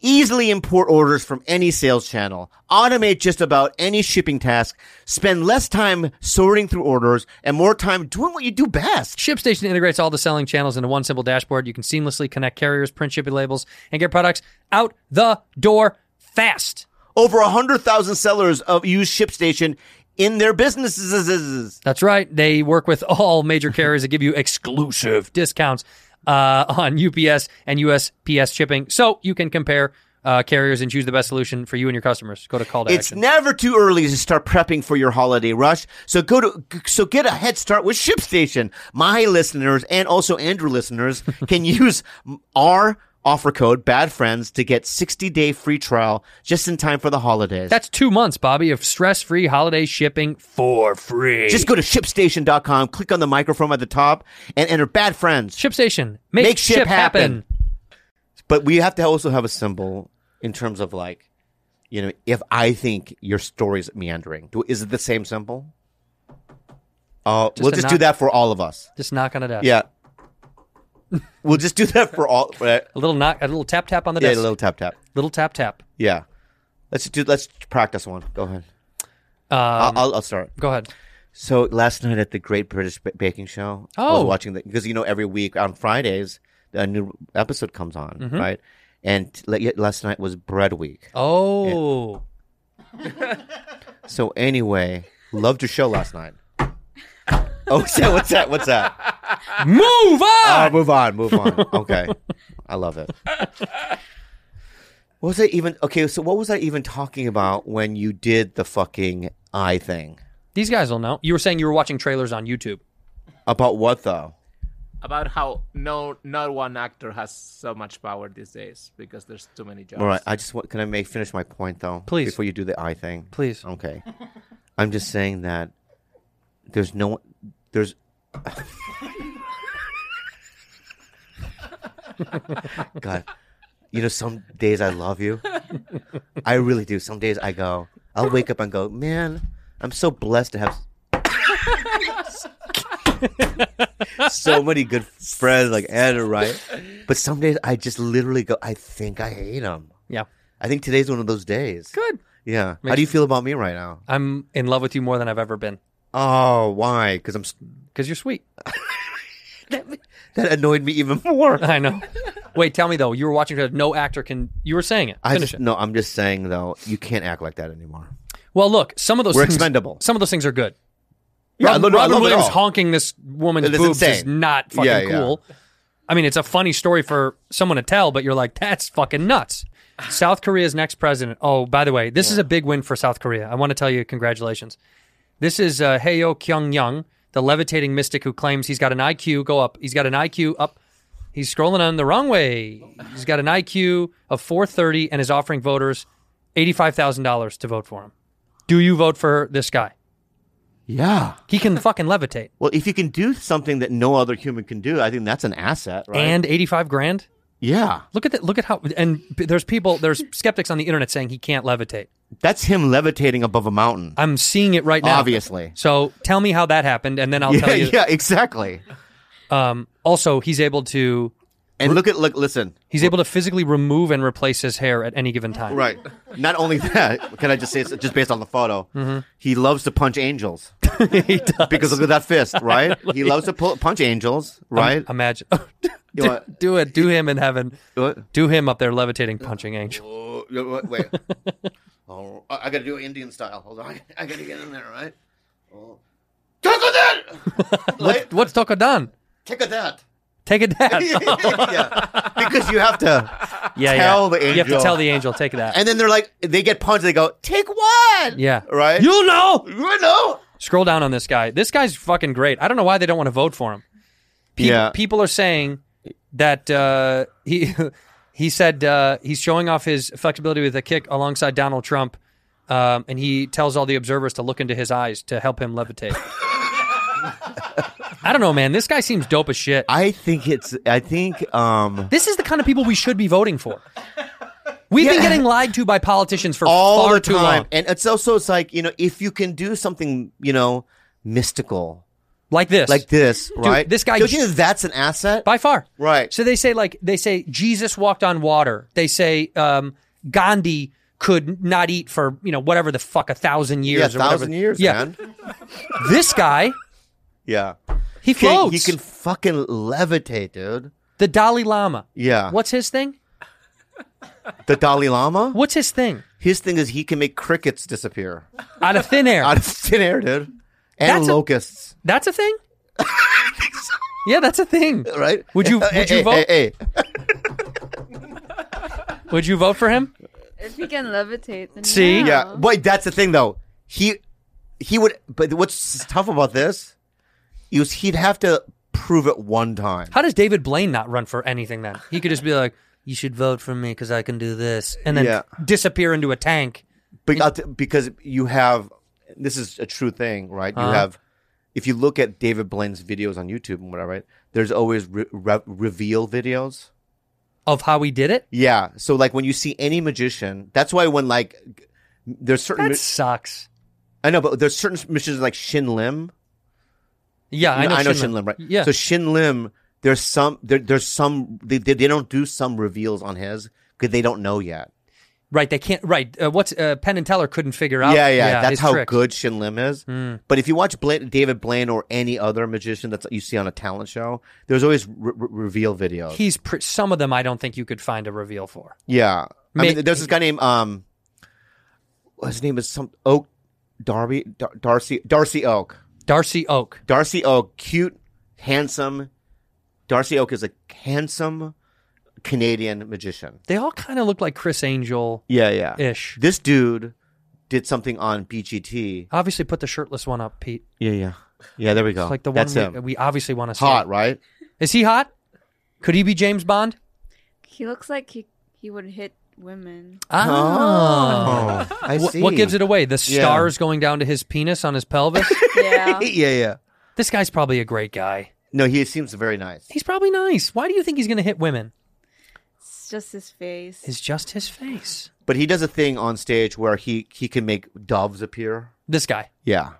Speaker 4: Easily import orders from any sales channel, automate just about any shipping task, spend less time sorting through orders and more time doing what you do best.
Speaker 3: ShipStation integrates all the selling channels into one simple dashboard. You can seamlessly connect carriers, print shipping labels, and get products out the door fast.
Speaker 4: Over 100,000 sellers of use ShipStation in their businesses.
Speaker 3: That's right. They work with all major carriers that give you exclusive discounts uh, on UPS and USPS shipping, so you can compare uh, carriers and choose the best solution for you and your customers. Go to call to
Speaker 4: It's
Speaker 3: action.
Speaker 4: never too early to start prepping for your holiday rush. So go to so get a head start with ShipStation. My listeners and also Andrew listeners can use our offer code bad friends to get 60 day free trial just in time for the holidays.
Speaker 3: That's two months, Bobby, of stress free holiday shipping for free.
Speaker 4: just go to shipstation.com, click on the microphone at the top and enter bad friends.
Speaker 3: ShipStation. Make,
Speaker 4: Make ship
Speaker 3: ship happen.
Speaker 4: But we have to also have a symbol in terms of like you know, if I think your story's meandering, do, is it the same symbol? Uh,
Speaker 3: Just
Speaker 4: we'll
Speaker 3: a
Speaker 4: just
Speaker 3: knock-
Speaker 4: do that for all of us.
Speaker 3: Just knock on a desk. (laughs)
Speaker 4: Yeah. we'll just do that for all. Right?
Speaker 3: A little knock, a little tap tap on the
Speaker 4: Yeah, a
Speaker 3: desk.
Speaker 4: little tap tap.
Speaker 3: Little tap tap.
Speaker 4: Yeah. Let's do. Let's practice one. Go ahead.
Speaker 3: Um,
Speaker 4: I'll, I'll, I'll start.
Speaker 3: go ahead.
Speaker 4: So last night at the Great British Ba- Baking Show, I
Speaker 3: Oh.
Speaker 4: was watching that because you know every week on Fridays a new episode comes on,
Speaker 3: Mm-hmm.
Speaker 4: right? And le- yet last night was Bread Week.
Speaker 3: Oh.
Speaker 4: So anyway, loved your show last night. (laughs) Oh, what's that? What's that? What's that?
Speaker 3: Move on!
Speaker 4: Uh, (laughs) move on. Move on. Okay, I love it. What was I even okay? So what was I even talking about when you did the fucking eye thing?
Speaker 3: These guys will know. You were saying you were watching trailers on YouTube.
Speaker 4: About what though?
Speaker 5: About how no, not one actor has so much power these days because there's too many jobs.
Speaker 4: All right, I just want, can I make finish my point though,
Speaker 3: Please.
Speaker 4: before you do the eye thing.
Speaker 3: Please.
Speaker 4: Okay, I'm just saying that there's no one. There's God, you know, some days I love you. I really do. Some days I go, I'll wake up and go, man, I'm so blessed to have so many good friends like Andrew, right? But some days I just literally go, I think I hate him.
Speaker 3: Yeah.
Speaker 4: I think today's one of those days.
Speaker 3: Good.
Speaker 4: Yeah. How
Speaker 3: Makes-
Speaker 4: do you feel about me right now?
Speaker 3: I'm in love with you more than I've ever been
Speaker 4: Oh, why? Because I'm. s- (laughs)
Speaker 3: because you're sweet. (laughs)
Speaker 4: That annoyed me even
Speaker 3: (laughs)
Speaker 4: more.
Speaker 3: I
Speaker 4: (laughs)
Speaker 3: know. Wait, tell me though. You were watching. trailers. No actor can. You were saying it.
Speaker 4: I
Speaker 3: Finish it.
Speaker 4: just, no, I'm just saying though, you can't act like that anymore.
Speaker 3: Well, look. Some of those
Speaker 4: We're
Speaker 3: things,
Speaker 4: expendable.
Speaker 3: Some of those things are good.
Speaker 4: Yeah,
Speaker 3: Robin,
Speaker 4: no, no, I
Speaker 3: Robin
Speaker 4: love it
Speaker 3: Williams
Speaker 4: all.
Speaker 3: honking this woman's
Speaker 4: It is
Speaker 3: boobs is
Speaker 4: insane.
Speaker 3: not fucking
Speaker 4: Yeah, yeah.
Speaker 3: cool. I mean, it's a funny story for someone to tell, but you're like, that's fucking nuts. South Korea's next president. Oh, by the way, this is a big win for South Korea. I want to tell you, congratulations. This is uh, Heo Kyung Young, the levitating mystic who claims he's got an IQ. Go up. He's got an IQ up. He's scrolling on the wrong way. He's got an IQ of 430 and is offering voters $85,000 to vote for him. Do you vote for this guy?
Speaker 4: Yeah.
Speaker 3: He
Speaker 4: (laughs)
Speaker 3: can fucking levitate.
Speaker 4: Well, if you can do something that no other human can do, I think that's an asset, right?
Speaker 3: and 85 grand
Speaker 4: yeah,
Speaker 3: look at that look at how and p- there's people there's skeptics on the internet saying he can't levitate
Speaker 4: that's him levitating above a mountain.
Speaker 3: i'm seeing it right now
Speaker 4: Obviously.
Speaker 3: so tell me how that happened and then i'll
Speaker 4: yeah,
Speaker 3: tell you
Speaker 4: (laughs) yeah, exactly.
Speaker 3: um, also he's able to
Speaker 4: And look at look, listen.
Speaker 3: he's able to physically remove and replace his hair at any given time
Speaker 4: Right. Not only that, can I just say it's just based on the photo? He loves to punch (laughs) angels
Speaker 3: he does.
Speaker 4: because look at that (laughs) fist, right? He loves to pull, punch angels, right?
Speaker 3: imagine (laughs)
Speaker 4: You
Speaker 3: do,
Speaker 4: want-
Speaker 3: do it do him in heaven
Speaker 4: What?
Speaker 3: do him up there levitating punching angel
Speaker 4: Oh, you know what? (laughs) wait. oh, I I gotta do it Indian style. Hold on, (laughs) I gotta get in there, right? Oh, take a that. (laughs)
Speaker 3: What, what's tokodan
Speaker 4: Take a that.
Speaker 3: Take a
Speaker 4: (laughs)
Speaker 3: dab.
Speaker 4: yeah, because you have to
Speaker 3: yeah,
Speaker 4: tell
Speaker 3: yeah.
Speaker 4: the angel.
Speaker 3: You have to tell the angel. Take that.
Speaker 4: And then they're like, they get punched. They go, take one.
Speaker 3: yeah.
Speaker 4: Right.
Speaker 3: You know.
Speaker 4: You know.
Speaker 3: Scroll down on this guy. This guy's fucking great. I don't know why they don't want to vote for him. People,
Speaker 4: Yeah.
Speaker 3: people are saying that uh, he (laughs) he said uh, he's showing off his flexibility with a kick alongside Donald Trump, um, and he tells all the observers to look into his eyes to help him levitate. (laughs) I don't know, man. This guy seems dope as shit.
Speaker 4: I think it's. I think. Um.
Speaker 3: This is the kind of people we should be voting for. We've been
Speaker 4: Yeah.
Speaker 3: getting lied to by politicians for
Speaker 4: all
Speaker 3: far
Speaker 4: the
Speaker 3: too long.
Speaker 4: time, and it's also it's like you know if you can do something you know mystical
Speaker 3: Like this.
Speaker 4: like this, right?
Speaker 3: this guy-
Speaker 4: Don't you think that's an asset?
Speaker 3: by far.
Speaker 4: Right.
Speaker 3: So they say like they say Jesus walked on water. They say um, Gandhi could not eat for you know whatever the fuck a thousand years
Speaker 4: yeah,
Speaker 3: or whatever.
Speaker 4: thousand years,
Speaker 3: Yeah,
Speaker 4: man.
Speaker 3: this guy
Speaker 4: Yeah.
Speaker 3: he
Speaker 4: He can,
Speaker 3: floats.
Speaker 4: he can fucking levitate, dude.
Speaker 3: The Dalai Lama.
Speaker 4: Yeah.
Speaker 3: What's his thing?
Speaker 4: The Dalai Lama?
Speaker 3: What's his thing?
Speaker 4: His thing is he can make
Speaker 3: (laughs)
Speaker 4: crickets disappear
Speaker 3: Out of thin
Speaker 4: (laughs)
Speaker 3: air.
Speaker 4: out of thin air, dude. And
Speaker 3: That's a-
Speaker 4: locusts,
Speaker 3: that's a thing. yeah, that's a thing.
Speaker 4: right?
Speaker 3: Would you-
Speaker 4: Hey,
Speaker 3: would you
Speaker 4: hey,
Speaker 3: vote?
Speaker 4: hey, hey.
Speaker 3: Would you vote for him?
Speaker 6: If he can levitate, then
Speaker 3: See?
Speaker 6: yeah.
Speaker 4: Yeah. Wait, that's the thing though. He he would but what's tough about this is he'd have to prove it one time.
Speaker 3: How does David Blaine not run for anything then? He could just be like, "You should vote for me because I can do this," and then
Speaker 4: Yeah.
Speaker 3: disappear into a tank.
Speaker 4: Be- uh, because you have this is a true thing, right? You
Speaker 3: Uh-huh.
Speaker 4: have if you look at David Blaine's videos on YouTube and whatever, right? There's always re- re- reveal videos.
Speaker 3: Of how he did it?
Speaker 4: Yeah. So like when you see any magician, that's why when like g- there's certain
Speaker 3: That sucks.
Speaker 4: I know, but there's certain magicians like Shin Lim.
Speaker 3: Yeah, I know.
Speaker 4: Shin Lim, right?
Speaker 3: Yeah.
Speaker 4: So Shin Lim, there's some there, there's some they, they they don't do some reveals on his because they don't know yet.
Speaker 3: Right, they can't. Right, uh, what's uh, Penn and Teller couldn't figure out.
Speaker 4: yeah, yeah,
Speaker 3: his
Speaker 4: That's how
Speaker 3: tricks. Hmm.
Speaker 4: good Shin Lim is. But if you watch Bla- David Blaine or any other magician that you see on a talent show, there's always re- re- reveal videos.
Speaker 3: He's pre- some of them. I don't think you could find a reveal for.
Speaker 4: yeah, I
Speaker 3: Ma-
Speaker 4: mean, there's this guy named um, his name is some Oak Darby Dar- Darcy Darcy Oak.
Speaker 3: Darcy Oak.
Speaker 4: Darcy Oak, cute, handsome. Darcy Oak is a handsome Canadian magician.
Speaker 3: They all kind of look like Chris Angel
Speaker 4: Yeah, yeah.
Speaker 3: ish.
Speaker 4: This dude did something on BGT.
Speaker 3: Obviously, put the shirtless one up, Pete.
Speaker 4: Yeah, yeah. Yeah, there we go.
Speaker 3: It's like the one
Speaker 4: That's
Speaker 3: we,
Speaker 4: him.
Speaker 3: we obviously want to see.
Speaker 4: Hot, right?
Speaker 3: Is he hot? Could he be James Bond?
Speaker 6: He looks like he he would hit
Speaker 4: (laughs)
Speaker 6: women.
Speaker 3: Ah.
Speaker 4: Oh, I
Speaker 3: Wh-
Speaker 4: see.
Speaker 3: What gives it away? The
Speaker 4: Yeah.
Speaker 3: stars going down to his penis on his
Speaker 4: (laughs)
Speaker 3: pelvis.
Speaker 6: Yeah.
Speaker 4: Yeah, yeah.
Speaker 3: this guy's probably a great guy.
Speaker 4: No, he seems very nice.
Speaker 3: He's probably nice. Why do you think he's going to hit women?
Speaker 6: it's just his face.
Speaker 3: It's just his face.
Speaker 4: But he does a thing on stage where he he can make doves appear.
Speaker 3: This guy.
Speaker 4: Yeah.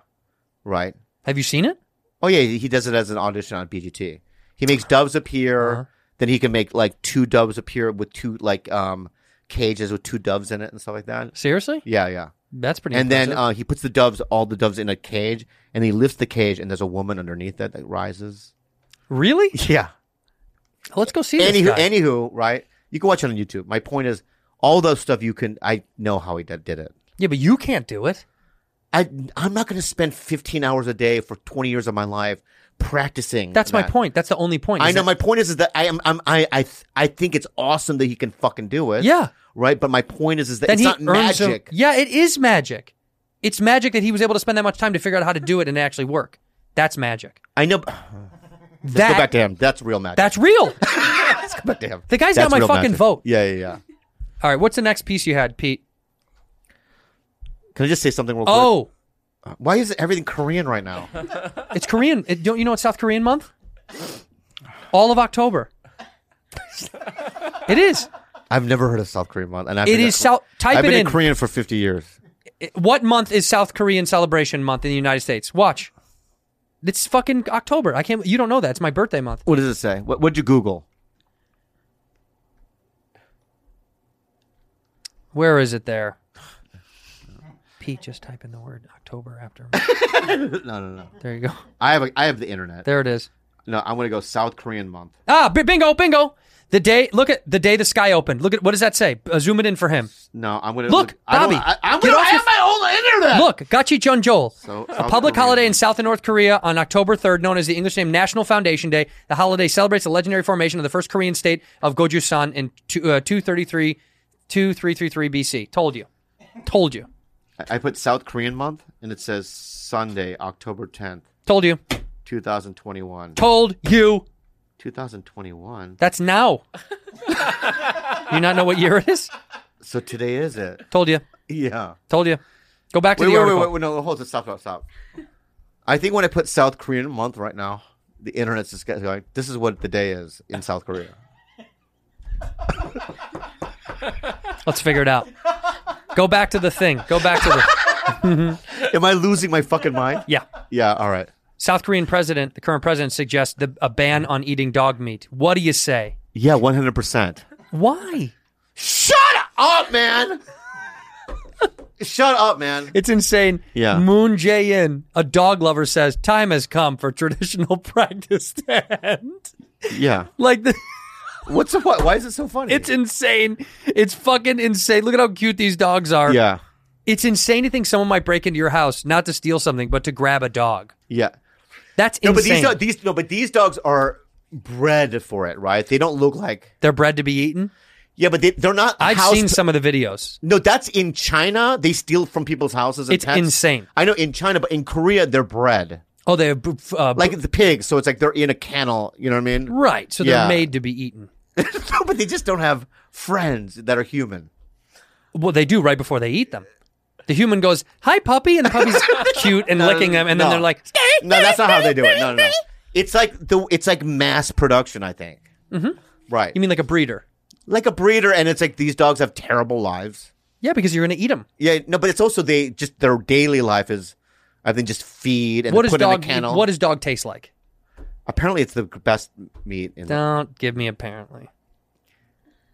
Speaker 4: Right.
Speaker 3: Have you seen it?
Speaker 4: Oh yeah, he does it as an audition on BGT. He makes doves appear.
Speaker 3: Uh-huh.
Speaker 4: Then he can make like two doves appear with two like um cages with two doves in it and stuff like that.
Speaker 3: Seriously?
Speaker 4: Yeah, yeah.
Speaker 3: That's pretty.
Speaker 4: And then
Speaker 3: impressive.
Speaker 4: uh, he puts the doves, all the doves, in a cage, and he lifts the cage, and there's a woman underneath it
Speaker 3: (laughs)
Speaker 4: that rises.
Speaker 3: really?
Speaker 4: Yeah.
Speaker 3: Let's go see this
Speaker 4: Anywho,
Speaker 3: guy.
Speaker 4: anywho, right? You can watch it on YouTube. My point is, all those stuff you can. I know how he did, did it.
Speaker 3: yeah, but you can't do it.
Speaker 4: I I'm not going to spend 15 hours a day for 20 years of my life practicing.
Speaker 3: That's my
Speaker 4: that.
Speaker 3: point. That's the only point.
Speaker 4: Mm, I
Speaker 3: is
Speaker 4: know
Speaker 3: that-
Speaker 4: my point is, is that I am I'm, I I th- I think it's awesome that he can fucking do it.
Speaker 3: Yeah.
Speaker 4: Right. But my point is, is that
Speaker 3: Then
Speaker 4: it's
Speaker 3: he
Speaker 4: not
Speaker 3: earns a-
Speaker 4: magic.
Speaker 3: yeah, it is magic. It's magic that he was able to spend that much time to figure out how to do it and actually work. That's magic.
Speaker 4: I know.
Speaker 3: That,
Speaker 4: go back to him. That's real magic.
Speaker 3: that's real. (laughs)
Speaker 4: Let's go back to him.
Speaker 3: The guy's
Speaker 4: has
Speaker 3: got my fucking vote.
Speaker 4: Yeah, yeah, yeah.
Speaker 3: All right, what's the next piece you had, Pete?
Speaker 4: Can I just say something real
Speaker 3: Oh,
Speaker 4: quick? Why is everything Korean
Speaker 3: (laughs)
Speaker 4: right now?
Speaker 3: it's Korean. It- don't you know it's South Korean month? All of October. it is.
Speaker 4: I've never heard of South Korean month, and I've
Speaker 3: It
Speaker 4: been
Speaker 3: is
Speaker 4: a-
Speaker 3: South. Type
Speaker 4: I've
Speaker 3: it
Speaker 4: been
Speaker 3: in.
Speaker 4: a Korean for 50 years.
Speaker 3: what month is South Korean Celebration Month in the United States? Watch. It's fucking October. I can't. You don't know that. It's my birthday month.
Speaker 4: What does it say? What would you Google?
Speaker 3: Where is it there? Pete, just type in the word October after.
Speaker 4: no, no, no.
Speaker 3: There you go.
Speaker 4: I have a, I have the internet.
Speaker 3: There it is.
Speaker 4: No, I'm gonna go South Korean month.
Speaker 3: Ah, bi- bingo, bingo. The day, look at the day the sky opened. Look at what does that say? Uh, zoom it in for him.
Speaker 4: No, I'm gonna
Speaker 3: Look, Bobby,
Speaker 4: I, am
Speaker 3: get
Speaker 4: gonna.
Speaker 3: off
Speaker 4: I
Speaker 3: your-
Speaker 4: have my own internet.
Speaker 3: Look, Gachi Jeonjol.
Speaker 4: So,
Speaker 3: a
Speaker 4: South
Speaker 3: public
Speaker 4: Korea.
Speaker 3: holiday in South and North Korea on October 3rd, known as the English name National Foundation Day. The holiday celebrates the legendary formation of the first Korean state of Goju-san in two, uh, 233 2333 BC. Told you. Told you.
Speaker 4: I I put South Korean month, and it says Sunday, October 10th,
Speaker 3: Told you.
Speaker 4: 2021.
Speaker 3: Told you.
Speaker 4: 2021.
Speaker 3: That's now. (laughs) you not know what year it is?
Speaker 4: So today is it? (laughs)
Speaker 3: Told you.
Speaker 4: Yeah.
Speaker 3: Told you. Go back to
Speaker 4: Wait,
Speaker 3: the
Speaker 4: wait, wait,
Speaker 3: article.
Speaker 4: wait, wait, no, hold it, stop, stop, stop. I think when I put South Korean month right now, the internet's just going. This is what the day is in South Korea.
Speaker 3: Let's figure it out. Go back to the thing. Go back to the
Speaker 4: Am I losing my fucking mind?
Speaker 3: yeah.
Speaker 4: Yeah. All right.
Speaker 3: South Korean president, the current president, suggests the, a ban on eating dog meat. What do you say?
Speaker 4: Yeah, 100. percent
Speaker 3: Why?
Speaker 4: Shut up, man. Shut up, man.
Speaker 3: It's insane.
Speaker 4: Yeah.
Speaker 3: Moon Jae-in, a dog lover, says time has come for traditional (laughs) practice to end.
Speaker 4: Yeah.
Speaker 3: Like the,
Speaker 4: What's the what? Why is it so funny?
Speaker 3: it's insane. It's fucking insane. Look at how cute these dogs are.
Speaker 4: yeah.
Speaker 3: It's insane to think someone might break into your house not to steal something, but to grab a dog.
Speaker 4: Yeah.
Speaker 3: That's
Speaker 4: No, but
Speaker 3: insane.
Speaker 4: these, dog, these no, but these dogs are bred for it, right? They don't look like.
Speaker 3: They're bred to be eaten.
Speaker 4: Yeah, but they, they're not.
Speaker 3: I've
Speaker 4: house
Speaker 3: seen some of the videos.
Speaker 4: No, that's in China. They steal from people's houses. And
Speaker 3: It's
Speaker 4: pets.
Speaker 3: insane.
Speaker 4: I know in China, but in Korea, they're bred
Speaker 3: Oh, they have uh,
Speaker 4: like the pigs. So it's like they're in a kennel. You know what I mean?
Speaker 3: right. So they're
Speaker 4: Yeah.
Speaker 3: made to be eaten.
Speaker 4: (laughs) no, but they just don't have friends that are human.
Speaker 3: Well, they do right before they eat them. The human goes, "Hi, puppy," and the
Speaker 4: (laughs)
Speaker 3: puppy's cute and licking them, and then
Speaker 4: no.
Speaker 3: they're like,
Speaker 4: No, that's not how they do it. No, no, no. It's like the it's like mass production. I think. Mm-hmm. Right.
Speaker 3: "You mean like a breeder?"
Speaker 4: like a breeder, and it's like these dogs have terrible lives.
Speaker 3: Yeah, because you're going to eat them.
Speaker 4: Yeah, no, but it's also they just their daily life is, I think, just feed and
Speaker 3: What does
Speaker 4: put in
Speaker 3: dog?
Speaker 4: a kennel.
Speaker 3: What does dog taste like?
Speaker 4: apparently it's the best meat. In the,
Speaker 3: Don't give me apparently.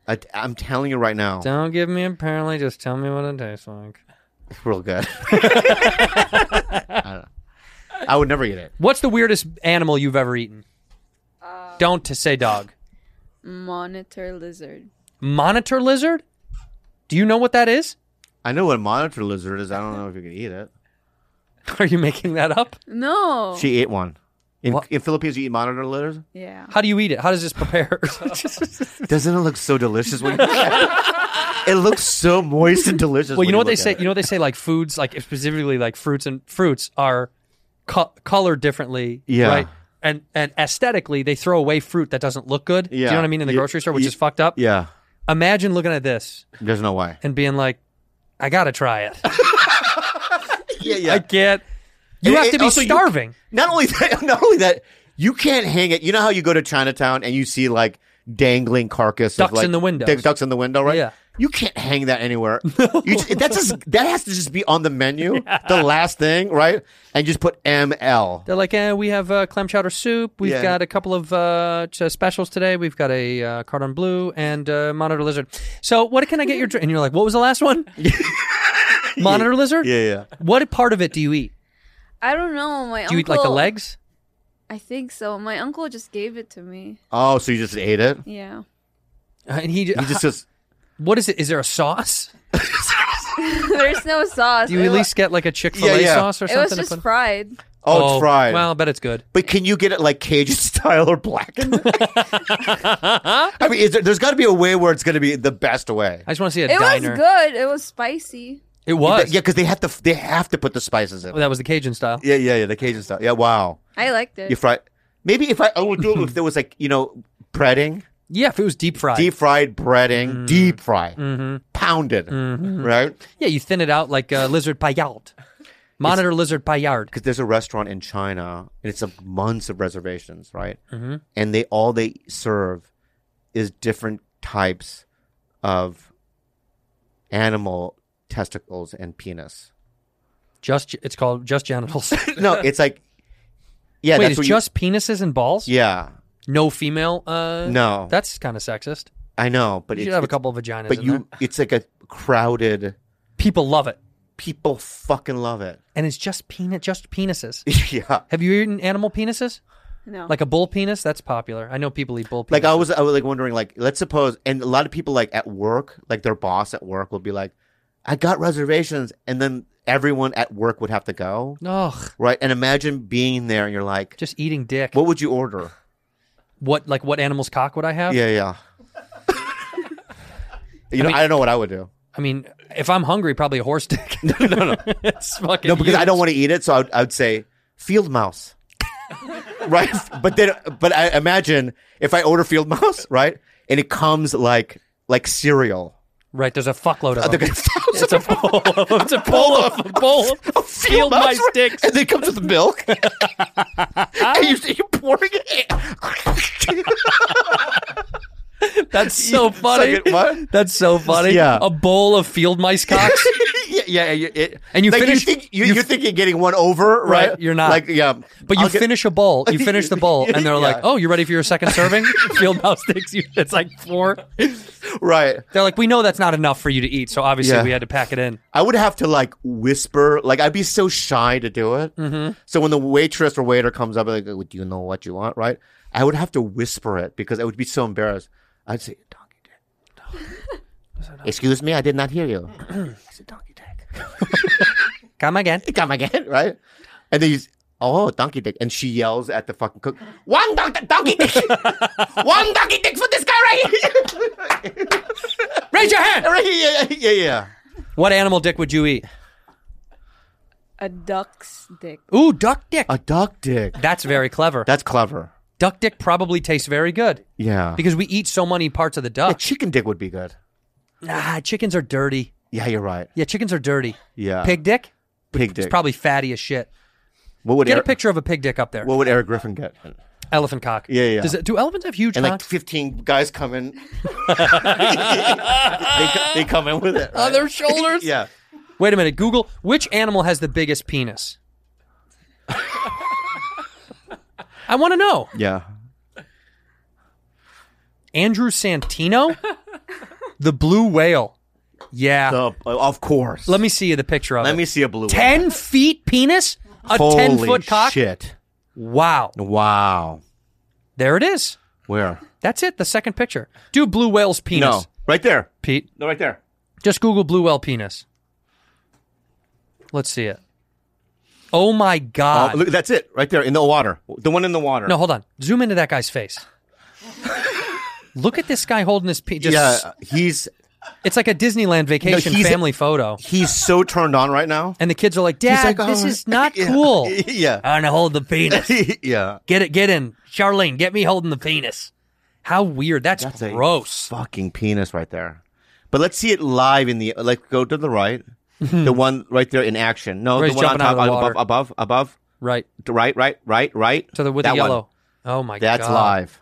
Speaker 4: I, I'm telling you right now,
Speaker 3: Don't give me apparently. Just tell me what it tastes like.
Speaker 4: it's real (laughs) good. I, don't know. I would never eat it.
Speaker 3: What's the weirdest animal you've ever eaten? Don't t- say dog.
Speaker 6: Monitor lizard.
Speaker 3: Monitor lizard. Do you know what that is?
Speaker 4: I know what a monitor lizard is. I don't know if you can eat it.
Speaker 3: (laughs) Are you making that up?
Speaker 6: No.
Speaker 4: She ate one. In,
Speaker 3: What?
Speaker 4: in Philippines, you eat monitor lizards.
Speaker 6: yeah.
Speaker 3: How do you eat it? How does this (laughs) prepare?
Speaker 4: Doesn't it look so delicious when you? (laughs) it looks so moist and delicious.
Speaker 3: Well, you
Speaker 4: when
Speaker 3: know what they
Speaker 4: look at
Speaker 3: say.
Speaker 4: it.
Speaker 3: You know what they say. Like foods, like specifically like fruits and fruits are co- colored differently.
Speaker 4: Yeah.
Speaker 3: Right. And and aesthetically, they throw away fruit that doesn't look good. Do you
Speaker 4: Yeah.
Speaker 3: know what I mean? In the
Speaker 4: Ye-
Speaker 3: grocery store, which
Speaker 4: ye-
Speaker 3: is fucked up.
Speaker 4: yeah,
Speaker 3: Imagine looking at this
Speaker 4: there's no way.
Speaker 3: and being like, I gotta try (laughs) it.
Speaker 4: Yeah, yeah.
Speaker 3: I can't. You
Speaker 4: And-
Speaker 3: have
Speaker 4: and
Speaker 3: to be
Speaker 4: also you-
Speaker 3: starving.
Speaker 4: Not only (laughs) that, not only that, you can't hang it. You know how you go to Chinatown and you see like dangling carcass
Speaker 3: Ducks
Speaker 4: of, like,
Speaker 3: in the windows.
Speaker 4: duck- ducks in the window, right?
Speaker 3: Yeah.
Speaker 4: You can't hang that
Speaker 3: (laughs)
Speaker 4: anywhere. You just, that's just, that has to just be on the menu, the last thing, right? And just put ML.
Speaker 3: They're like, eh, we have uh, clam chowder soup. We've
Speaker 4: Yeah.
Speaker 3: got a couple of uh, ch- specials today. We've got a uh, cardon bleu and uh, monitor lizard. So, what can I get your drink? And you're like, what was the last
Speaker 4: (laughs)
Speaker 3: one? monitor lizard.
Speaker 4: yeah.
Speaker 3: What part of it do you eat?
Speaker 6: I don't know. My
Speaker 3: Do you eat like the legs?
Speaker 6: I think so. My uncle just gave it to me.
Speaker 4: Oh, so you just ate it?
Speaker 3: (laughs)
Speaker 6: Yeah. (laughs)
Speaker 3: Uh, and he,
Speaker 4: You just just
Speaker 3: what is it? Is there a sauce?
Speaker 6: There's no sauce.
Speaker 3: Do you
Speaker 4: (laughs)
Speaker 6: it,
Speaker 3: at
Speaker 6: wa-
Speaker 3: least get like a Chick Fil A
Speaker 4: Yeah, yeah.
Speaker 3: sauce or
Speaker 6: it was
Speaker 3: something? to
Speaker 6: just
Speaker 3: put-
Speaker 6: fried.
Speaker 4: oh, it's fried.
Speaker 3: Well, I bet it's good.
Speaker 4: but can you get it like Cajun (laughs) style
Speaker 3: (laughs)
Speaker 4: or blackened? (laughs) I mean, is there, there's got to be a way where it's going to be the best way.
Speaker 3: I just want to see a
Speaker 6: It
Speaker 3: diner.
Speaker 6: was good. It was spicy.
Speaker 3: It was.
Speaker 4: yeah, because they have to they have to put the spices in.
Speaker 3: Well, that was the Cajun style.
Speaker 4: Yeah, yeah, yeah, the Cajun style. Yeah, wow.
Speaker 6: I liked it.
Speaker 4: You fry. Maybe if I, I would do it if there was like you know breading,
Speaker 3: Yeah, if it was deep fried. Mm-hmm.
Speaker 4: deep fried breading, deep fry, pounded, right?
Speaker 3: Yeah, you thin it out like uh, lizard
Speaker 4: (laughs)
Speaker 3: paillard. Monitor lizard paillard.
Speaker 4: Because there's a restaurant in China and it's a months of reservations, right?
Speaker 3: Mm-hmm.
Speaker 4: And they all they serve is different types of animal testicles and penis.
Speaker 3: Just it's called just
Speaker 4: (laughs)
Speaker 3: genitals. (laughs)
Speaker 4: No, it's like yeah,
Speaker 3: Wait,
Speaker 4: that's
Speaker 3: it's
Speaker 4: what you-
Speaker 3: just penises and balls?
Speaker 4: yeah.
Speaker 3: No female. Uh,
Speaker 4: No,
Speaker 3: that's kind of sexist.
Speaker 4: I know, but
Speaker 3: But you
Speaker 4: it's,
Speaker 3: should have a
Speaker 4: it's-
Speaker 3: couple of vaginas.
Speaker 4: But
Speaker 3: in
Speaker 4: you,
Speaker 3: there.
Speaker 4: it's like a crowded.
Speaker 3: people love it,
Speaker 4: People fucking love it. (laughs)
Speaker 3: and it's just peanut, just penises.
Speaker 4: yeah.
Speaker 3: Have you eaten animal penises?
Speaker 6: No.
Speaker 3: Like a bull penis, that's popular. I know people eat bull penis.
Speaker 4: Like I was, I was like wondering, like let's suppose, and a lot of people like at work, like their boss at work will be like, "I got reservations," and then everyone at work would have to go.
Speaker 3: Ugh.
Speaker 4: Right, and imagine being there, and you're like,
Speaker 3: just eating dick.
Speaker 4: What would
Speaker 3: (laughs)
Speaker 4: you order?
Speaker 3: What like what animal's cock would I have?
Speaker 4: Yeah, yeah. you know,
Speaker 3: mean-
Speaker 4: I don't know what I would do.
Speaker 3: I mean, if I'm hungry, probably a horse dick. no,
Speaker 4: (laughs) no.
Speaker 3: (laughs) it's fucking
Speaker 4: No, because I
Speaker 3: huge.
Speaker 4: don't want to eat it, so I would, I would say
Speaker 3: (laughs)
Speaker 4: field mouse. right, but then, but I imagine if I order field mouse, right, and it comes like like cereal.
Speaker 3: Right, there's a fuckload of
Speaker 4: They're
Speaker 3: them.
Speaker 4: gonna-
Speaker 3: It's a bowl. Of, it's a bowl of (laughs) a bowl
Speaker 4: (laughs)
Speaker 3: of field
Speaker 4: mouse,
Speaker 3: mice
Speaker 4: right?
Speaker 3: dicks.
Speaker 4: and then it comes
Speaker 3: (laughs)
Speaker 4: with milk. and you, you're pouring it. in.
Speaker 3: That's
Speaker 4: (laughs)
Speaker 3: so funny. (laughs)
Speaker 4: Second, what?
Speaker 3: That's so funny.
Speaker 4: Yeah.
Speaker 3: a bowl of field
Speaker 4: (laughs)
Speaker 3: mice cocks.
Speaker 4: yeah, yeah, yeah, it-
Speaker 3: And you
Speaker 4: like,
Speaker 3: finish-
Speaker 4: You think, you,
Speaker 3: you-
Speaker 4: you're thinking getting one over, right?
Speaker 3: Right, you're not.
Speaker 4: Like, yeah,
Speaker 3: But you
Speaker 4: I'll get-
Speaker 3: finish a bowl,
Speaker 4: (laughs)
Speaker 3: you finish the bowl, and they're like,
Speaker 4: Yeah.
Speaker 3: "Oh, you ready for your second
Speaker 4: (laughs)
Speaker 3: serving?" Field mouse sticks you. It's like four.
Speaker 4: right.
Speaker 3: They're like, "We know that's not enough for you to eat, so obviously
Speaker 4: Yeah.
Speaker 3: we had to pack it in."
Speaker 4: I would have to like whisper, like I'd be so shy to do it. So when the waitress or waiter comes up, like, "Oh, do you know what you want? Right? I would have to whisper it because I would be so embarrassed. I'd say, donkey (laughs) dick. Excuse me, I did not hear (clears throat) you. it's a donkey (laughs) dick.
Speaker 3: Come again.
Speaker 4: Come again, (laughs) right? And then he's, oh, donkey dick. And she yells at the fucking cook, one don- donkey dick. (laughs) one donkey dick for this guy right here. (laughs)
Speaker 3: Raise your hand.
Speaker 4: right here. Yeah, yeah, yeah.
Speaker 3: What animal dick would you eat?
Speaker 6: A duck's dick.
Speaker 3: Ooh, duck dick.
Speaker 4: A duck dick.
Speaker 3: That's very clever.
Speaker 4: That's clever.
Speaker 3: duck dick probably tastes very good
Speaker 4: Yeah.
Speaker 3: because we eat so many parts of the
Speaker 4: yeah,
Speaker 3: duck.
Speaker 4: chicken dick would be good.
Speaker 3: Nah, chickens are dirty.
Speaker 4: Yeah, you're right.
Speaker 3: Yeah, chickens are dirty.
Speaker 4: Yeah.
Speaker 3: Pig dick?
Speaker 4: Pig dick.
Speaker 3: It's probably fatty as shit.
Speaker 4: what would
Speaker 3: Get a
Speaker 4: Eric,
Speaker 3: picture of a pig dick up there.
Speaker 4: What would Eric Griffin get?
Speaker 3: Elephant cock.
Speaker 4: Yeah, yeah.
Speaker 3: Does it, do elephants have huge
Speaker 4: And like
Speaker 3: cocks?
Speaker 4: 15 guys come in. they, co- they come in with it. right?
Speaker 3: on their shoulders?
Speaker 4: (laughs) Yeah.
Speaker 3: Wait a minute. Google which animal has the biggest
Speaker 4: (laughs)
Speaker 3: penis. I want to know.
Speaker 4: Yeah.
Speaker 3: Andrew Santino, the blue whale. Yeah.
Speaker 4: So, uh, of course.
Speaker 3: Let me see the picture of
Speaker 4: Let
Speaker 3: it.
Speaker 4: me see a blue one.
Speaker 3: Ten feet penis, a
Speaker 4: Holy
Speaker 3: ten foot cock.
Speaker 4: Shit.
Speaker 3: Wow.
Speaker 4: Wow.
Speaker 3: There it is.
Speaker 4: Where?
Speaker 3: That's it. The second picture. Do blue whale's penis,
Speaker 4: No. Right there.
Speaker 3: Pete.
Speaker 4: No, right there.
Speaker 3: Just Google blue whale penis. Let's see it. Oh my
Speaker 4: Oh,
Speaker 3: god.
Speaker 4: look, that's it. Right there in the water. The one in the water.
Speaker 3: No, hold on. Zoom into that guy's face. Look at this guy holding his penis.
Speaker 4: yeah, he's
Speaker 3: It's like a Disneyland vacation
Speaker 4: he's-
Speaker 3: family photo.
Speaker 4: he's so turned on right now. (laughs)
Speaker 3: And the kids are like, Dad,
Speaker 4: like,
Speaker 3: this
Speaker 4: "Oh,
Speaker 3: is not
Speaker 4: (laughs) yeah,
Speaker 3: cool.
Speaker 4: yeah. (laughs)
Speaker 3: I'm gonna hold the penis.
Speaker 4: yeah.
Speaker 3: Get it, get in. Charlene, get me holding the penis. How weird. That's,
Speaker 4: That's a
Speaker 3: gross.
Speaker 4: fucking penis right there. But let's see it live in the like go to the right. the one right there in action.
Speaker 3: Mm-hmm.
Speaker 4: No,
Speaker 3: Where
Speaker 4: the
Speaker 3: he's
Speaker 4: one on
Speaker 3: jumping out
Speaker 4: top
Speaker 3: of the
Speaker 4: above,
Speaker 3: water.
Speaker 4: above, above,
Speaker 3: right.
Speaker 4: to right, right, right, right.
Speaker 3: To the with
Speaker 4: That
Speaker 3: the
Speaker 4: one.
Speaker 3: yellow. Oh my god.
Speaker 4: That's live.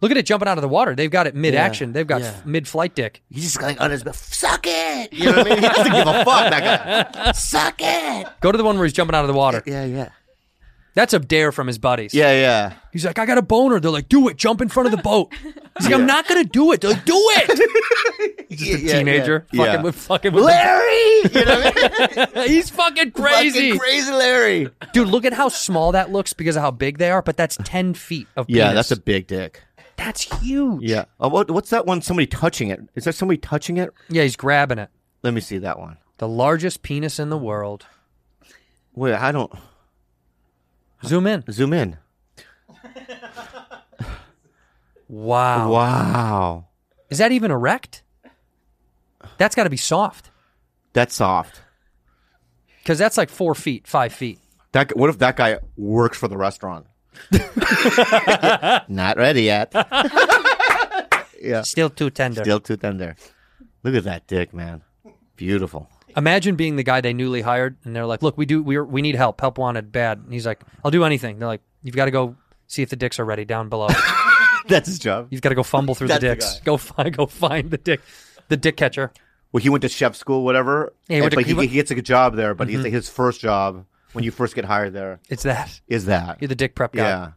Speaker 3: Look at it jumping out of the water. They've got it mid action. They've got
Speaker 4: yeah.
Speaker 3: mid flight dick.
Speaker 4: He's just like on his suck it. You know what I mean? He doesn't give a fuck. That
Speaker 3: (laughs)
Speaker 4: guy. Suck it.
Speaker 3: Go to the one where he's jumping out of the water.
Speaker 4: Yeah, yeah,
Speaker 3: That's a dare from his buddies.
Speaker 4: yeah, yeah.
Speaker 3: He's like, I got a boner. They're like, do it. Jump in front of the (laughs) boat. He's like, I'm not going to do it. They're like, do it. He's just a
Speaker 4: (laughs) Yeah, yeah,
Speaker 3: teenager.
Speaker 4: yeah.
Speaker 3: Fucking with, fucking with.
Speaker 4: Larry, you know what I
Speaker 3: (laughs)
Speaker 4: mean?
Speaker 3: He's fucking (laughs) crazy.
Speaker 4: Fucking crazy Larry.
Speaker 3: Dude, look at how small that looks because of how big they are, but that's 10 feet of
Speaker 4: Yeah,
Speaker 3: penis.
Speaker 4: that's a big dick.
Speaker 3: That's huge.
Speaker 4: Yeah. Oh, what, what's that one? Somebody touching it? Is there somebody touching it?
Speaker 3: Yeah, he's grabbing it.
Speaker 4: Let me see that one.
Speaker 3: The largest penis in the world.
Speaker 4: Wait, I don't
Speaker 3: Zoom in.
Speaker 4: zoom in.
Speaker 3: Wow.
Speaker 4: Wow,
Speaker 3: Is that even erect? That's got to be soft
Speaker 4: that's soft.
Speaker 3: because that's like four feet, five feet.
Speaker 4: That gu- what if that guy works for the restaurant? (laughs) Not ready yet. yeah,
Speaker 3: Still too tender.
Speaker 4: still too tender. Look at that dick, man. Beautiful. (laughs)
Speaker 3: Imagine being the guy they newly hired, and they're like, "Look, we do. We we need help. Help wanted bad." And he's like, "I'll do anything." They're like, "You've got to go see if the dicks are ready down below.
Speaker 4: That's his job.
Speaker 3: You've got to go fumble through the
Speaker 4: That's the
Speaker 3: dicks.
Speaker 4: guy.
Speaker 3: go find go find the dick, the dick catcher."
Speaker 4: Well, he went to chef school, whatever.
Speaker 3: Yeah, he
Speaker 4: and-
Speaker 3: went to- Mm-hmm.
Speaker 4: but
Speaker 3: he
Speaker 4: he,
Speaker 3: went-
Speaker 4: he gets a good job there. But he's his first job when you first get hired there
Speaker 3: It's that
Speaker 4: is that.
Speaker 3: you're the dick prep guy.
Speaker 4: yeah.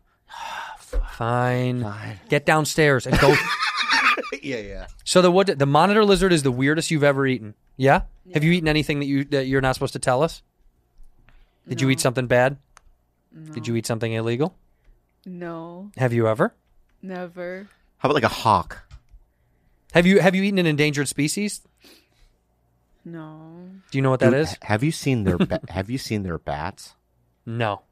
Speaker 3: Fine. Get downstairs and
Speaker 4: (laughs)
Speaker 3: go.
Speaker 4: Yeah, yeah.
Speaker 3: so the what the monitor lizard is the weirdest you've ever eaten. Yeah? Have you eaten anything that you that you're not supposed to tell us? Did you eat something bad? Did you eat something illegal?
Speaker 6: No,
Speaker 3: Have you ever?
Speaker 6: never.
Speaker 4: How about like a hawk?
Speaker 3: Have you have you eaten an endangered species?
Speaker 6: No.
Speaker 3: Do you know what that
Speaker 4: Dude,
Speaker 3: is?
Speaker 4: ha- Have you seen their ba- (laughs) Have you seen their bats?
Speaker 3: No.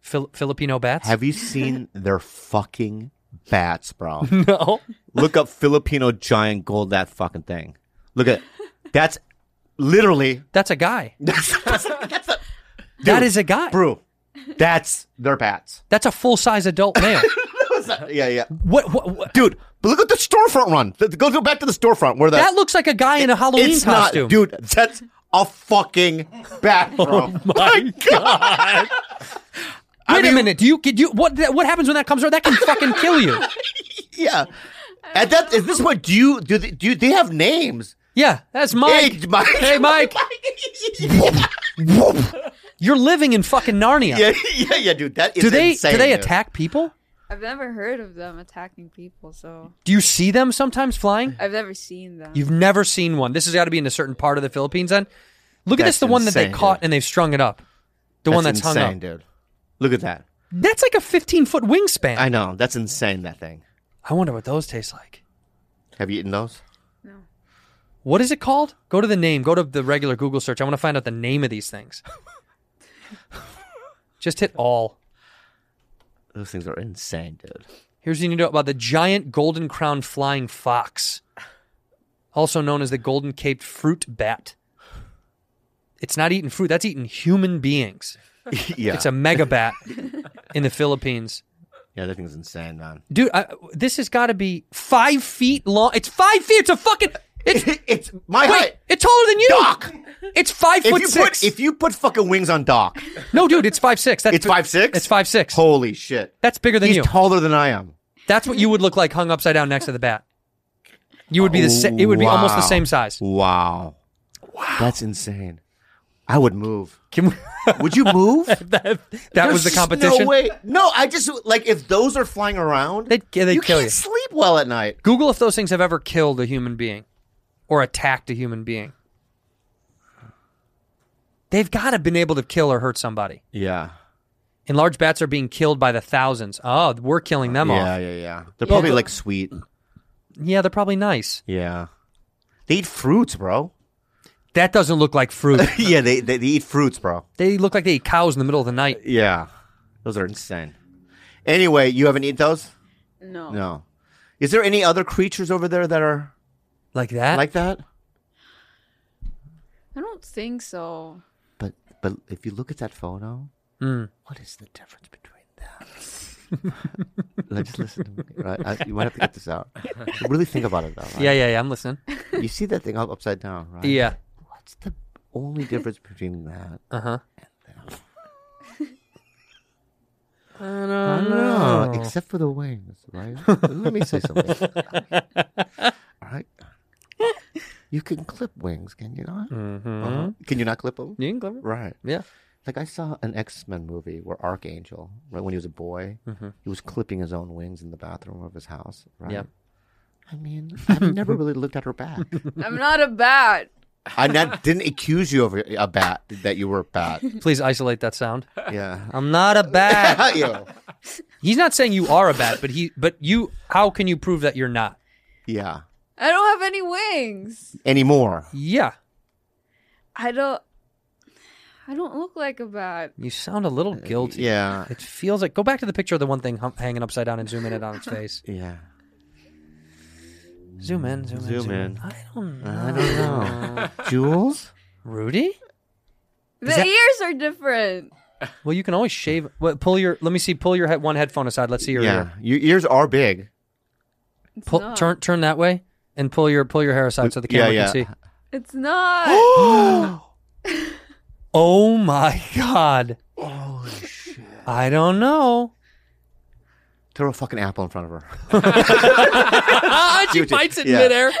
Speaker 3: Fil- Filipino bats?
Speaker 4: Have you seen their fucking bats, bro?
Speaker 3: (laughs) No.
Speaker 4: Look up Filipino giant gold that fucking thing. Look at that's literally (laughs)
Speaker 3: That's a guy.
Speaker 4: that's, that's,
Speaker 3: that is a guy.
Speaker 4: bro. That's their bats.
Speaker 3: That's a full size adult
Speaker 4: (laughs)
Speaker 3: male.
Speaker 4: Yeah, yeah,
Speaker 3: what, what, what-
Speaker 4: dude. But look at the storefront run. Th- Go go back to the storefront where the
Speaker 3: That looks like a guy in a Halloween
Speaker 4: it's
Speaker 3: costume.
Speaker 4: not, dude. That's a fucking bat, bro. (laughs)
Speaker 3: My God. Wait a minute. Do you could you what what happens when that comes over? That
Speaker 4: (laughs)
Speaker 3: can fucking kill you.
Speaker 4: yeah. At that, is this what do you do? They, do you, they have names?
Speaker 3: Yeah, that's Mike.
Speaker 4: Hey, Mike.
Speaker 3: Hey,
Speaker 4: (laughs)
Speaker 3: Mike. You're living in fucking Narnia.
Speaker 4: (laughs) yeah, yeah, yeah, dude. That is
Speaker 3: do they
Speaker 4: insane,
Speaker 3: do they
Speaker 4: dude.
Speaker 3: attack people?
Speaker 6: I've never heard of them attacking people, so
Speaker 3: Do you see them sometimes flying?
Speaker 6: I've never seen them.
Speaker 3: You've never seen one. This has got to be in a certain part of the Philippines. Then look at
Speaker 4: That's
Speaker 3: this, the one that they
Speaker 4: insane,
Speaker 3: caught
Speaker 4: dude.
Speaker 3: and they've strung it up. The one that's
Speaker 4: insane,
Speaker 3: hung up.
Speaker 4: dude. Look at that.
Speaker 3: That's like a 15 foot wingspan.
Speaker 4: I
Speaker 3: I,
Speaker 4: know that's insane. That thing.
Speaker 3: wonder what those taste like.
Speaker 4: Have you eaten those?
Speaker 3: What is it called? Go to the name. Go to the regular Google search. I want to find out the name of these
Speaker 4: (laughs)
Speaker 3: things. Just hit all.
Speaker 4: Those things are insane, dude. (laughs)
Speaker 3: Here's what you need to know about the giant golden crowned flying fox, also known as the golden caped fruit bat. It's not eating fruit, that's eating human beings.
Speaker 4: yeah,
Speaker 3: It's a mega
Speaker 4: (laughs)
Speaker 3: bat in the Philippines.
Speaker 4: yeah. That thing's insane, man.
Speaker 3: Dude, I, this has got to be five feet long. It's five feet. It's a fucking. (laughs)
Speaker 4: (laughs)
Speaker 3: It's,
Speaker 4: it's my
Speaker 3: wait,
Speaker 4: height.
Speaker 3: it's taller than you.
Speaker 4: Doc.
Speaker 3: It's five
Speaker 4: If
Speaker 3: foot
Speaker 4: you
Speaker 3: six.
Speaker 4: put if you put fucking wings
Speaker 3: (laughs)
Speaker 4: on Doc,
Speaker 3: no, dude, it's five six. That's
Speaker 4: it's five six.
Speaker 3: It's five six.
Speaker 4: Holy shit!
Speaker 3: That's bigger than
Speaker 4: He's
Speaker 3: you.
Speaker 4: taller than I am.
Speaker 3: That's what you would look like hung upside down next to the bat. You would be the. sa- it would be almost the
Speaker 4: Wow.
Speaker 3: same size.
Speaker 4: Wow. Wow. That's insane. I would move.
Speaker 3: Can we, (laughs)
Speaker 4: Would you move? that
Speaker 3: that was the competition.
Speaker 4: No way. No, I just like if those are flying around,
Speaker 3: They'd- they'd
Speaker 4: you
Speaker 3: kill
Speaker 4: can't
Speaker 3: you.
Speaker 4: sleep well at night.
Speaker 3: Google if those things have ever killed a human being or attacked a human being. They've got to been able to kill or hurt somebody.
Speaker 4: Yeah.
Speaker 3: And large bats are being killed by the thousands. Oh, we're killing them
Speaker 4: yeah,
Speaker 3: off.
Speaker 4: yeah, yeah. They're probably
Speaker 3: but-
Speaker 4: like sweet.
Speaker 3: Yeah, they're probably nice.
Speaker 4: Yeah. They eat fruits, (laughs) bro.
Speaker 3: That doesn't look like
Speaker 4: (laughs)
Speaker 3: fruit.
Speaker 4: yeah, they, they they eat fruits, bro.
Speaker 3: they look like they eat cows in the middle of the night.
Speaker 4: Yeah. Those are insane. Anyway, you haven't eaten those?
Speaker 6: no.
Speaker 4: No. Is there any other creatures over there that are
Speaker 3: Like that?
Speaker 4: like that?
Speaker 6: I don't think so.
Speaker 4: But but if you look at that photo,
Speaker 3: Mm.
Speaker 4: what is the difference between them? (laughs) Like, just listen to me, right? I, you might have to get this (laughs) out. Really think about it, though. Right?
Speaker 3: yeah, yeah, yeah. I'm listening.
Speaker 4: You see that thing up upside down, right?
Speaker 3: Yeah.
Speaker 4: What's the only difference between that?
Speaker 3: Uh huh.
Speaker 4: (laughs) I don't know, except for the wings, right? Let me say (laughs) something. All right. You can clip wings, can you not? Uh-huh. Can you not clip them?
Speaker 3: You can clever.
Speaker 4: Right.
Speaker 3: Yeah.
Speaker 4: Like I saw an X Men movie where Archangel, right when he was a boy, he was clipping his own wings in the bathroom of his house. Right.
Speaker 3: Yeah.
Speaker 4: I mean, I've never really looked at her back.
Speaker 6: I'm not a bat.
Speaker 4: I not, didn't accuse you of a a bat that you were a bat.
Speaker 3: Please isolate that sound.
Speaker 4: Yeah.
Speaker 3: I'm not a bat.
Speaker 4: (laughs) You-
Speaker 3: (laughs) He's not saying you are a bat, but he but you how can you prove that you're not?
Speaker 4: yeah.
Speaker 6: I don't have any wings.
Speaker 4: Anymore.
Speaker 3: Yeah.
Speaker 6: I don't. I don't look like a bat.
Speaker 3: You sound a little guilty.
Speaker 4: Uh, Yeah.
Speaker 3: It feels like go back to the picture of the one thing hum- hanging upside down and zoom in it on its face.
Speaker 4: Yeah.
Speaker 3: Zoom in, zoom in, zoom,
Speaker 4: Zoom
Speaker 3: in.
Speaker 4: in. Uh,
Speaker 3: I don't know.
Speaker 4: I don't know. (laughs) Jules?
Speaker 3: Rudy?
Speaker 6: The
Speaker 3: that-
Speaker 6: ears are different.
Speaker 3: Well, you can always shave. Well, pull your. Let me see. Pull your head, one headphone aside. Let's see your
Speaker 4: Yeah.
Speaker 3: ear.
Speaker 4: Your ears are big.
Speaker 6: It's
Speaker 3: Pull,
Speaker 6: not.
Speaker 3: turn turn that way and pull your pull your hair aside so the
Speaker 4: Yeah,
Speaker 3: camera
Speaker 4: yeah.
Speaker 3: can see.
Speaker 6: It's
Speaker 3: (gasps)
Speaker 6: not.
Speaker 3: Oh my god. Holy shit. I don't know.
Speaker 4: Throw a fucking apple in front of her.
Speaker 3: Ah, she
Speaker 4: Dude,
Speaker 3: bites it
Speaker 4: yeah.
Speaker 3: (laughs) midair.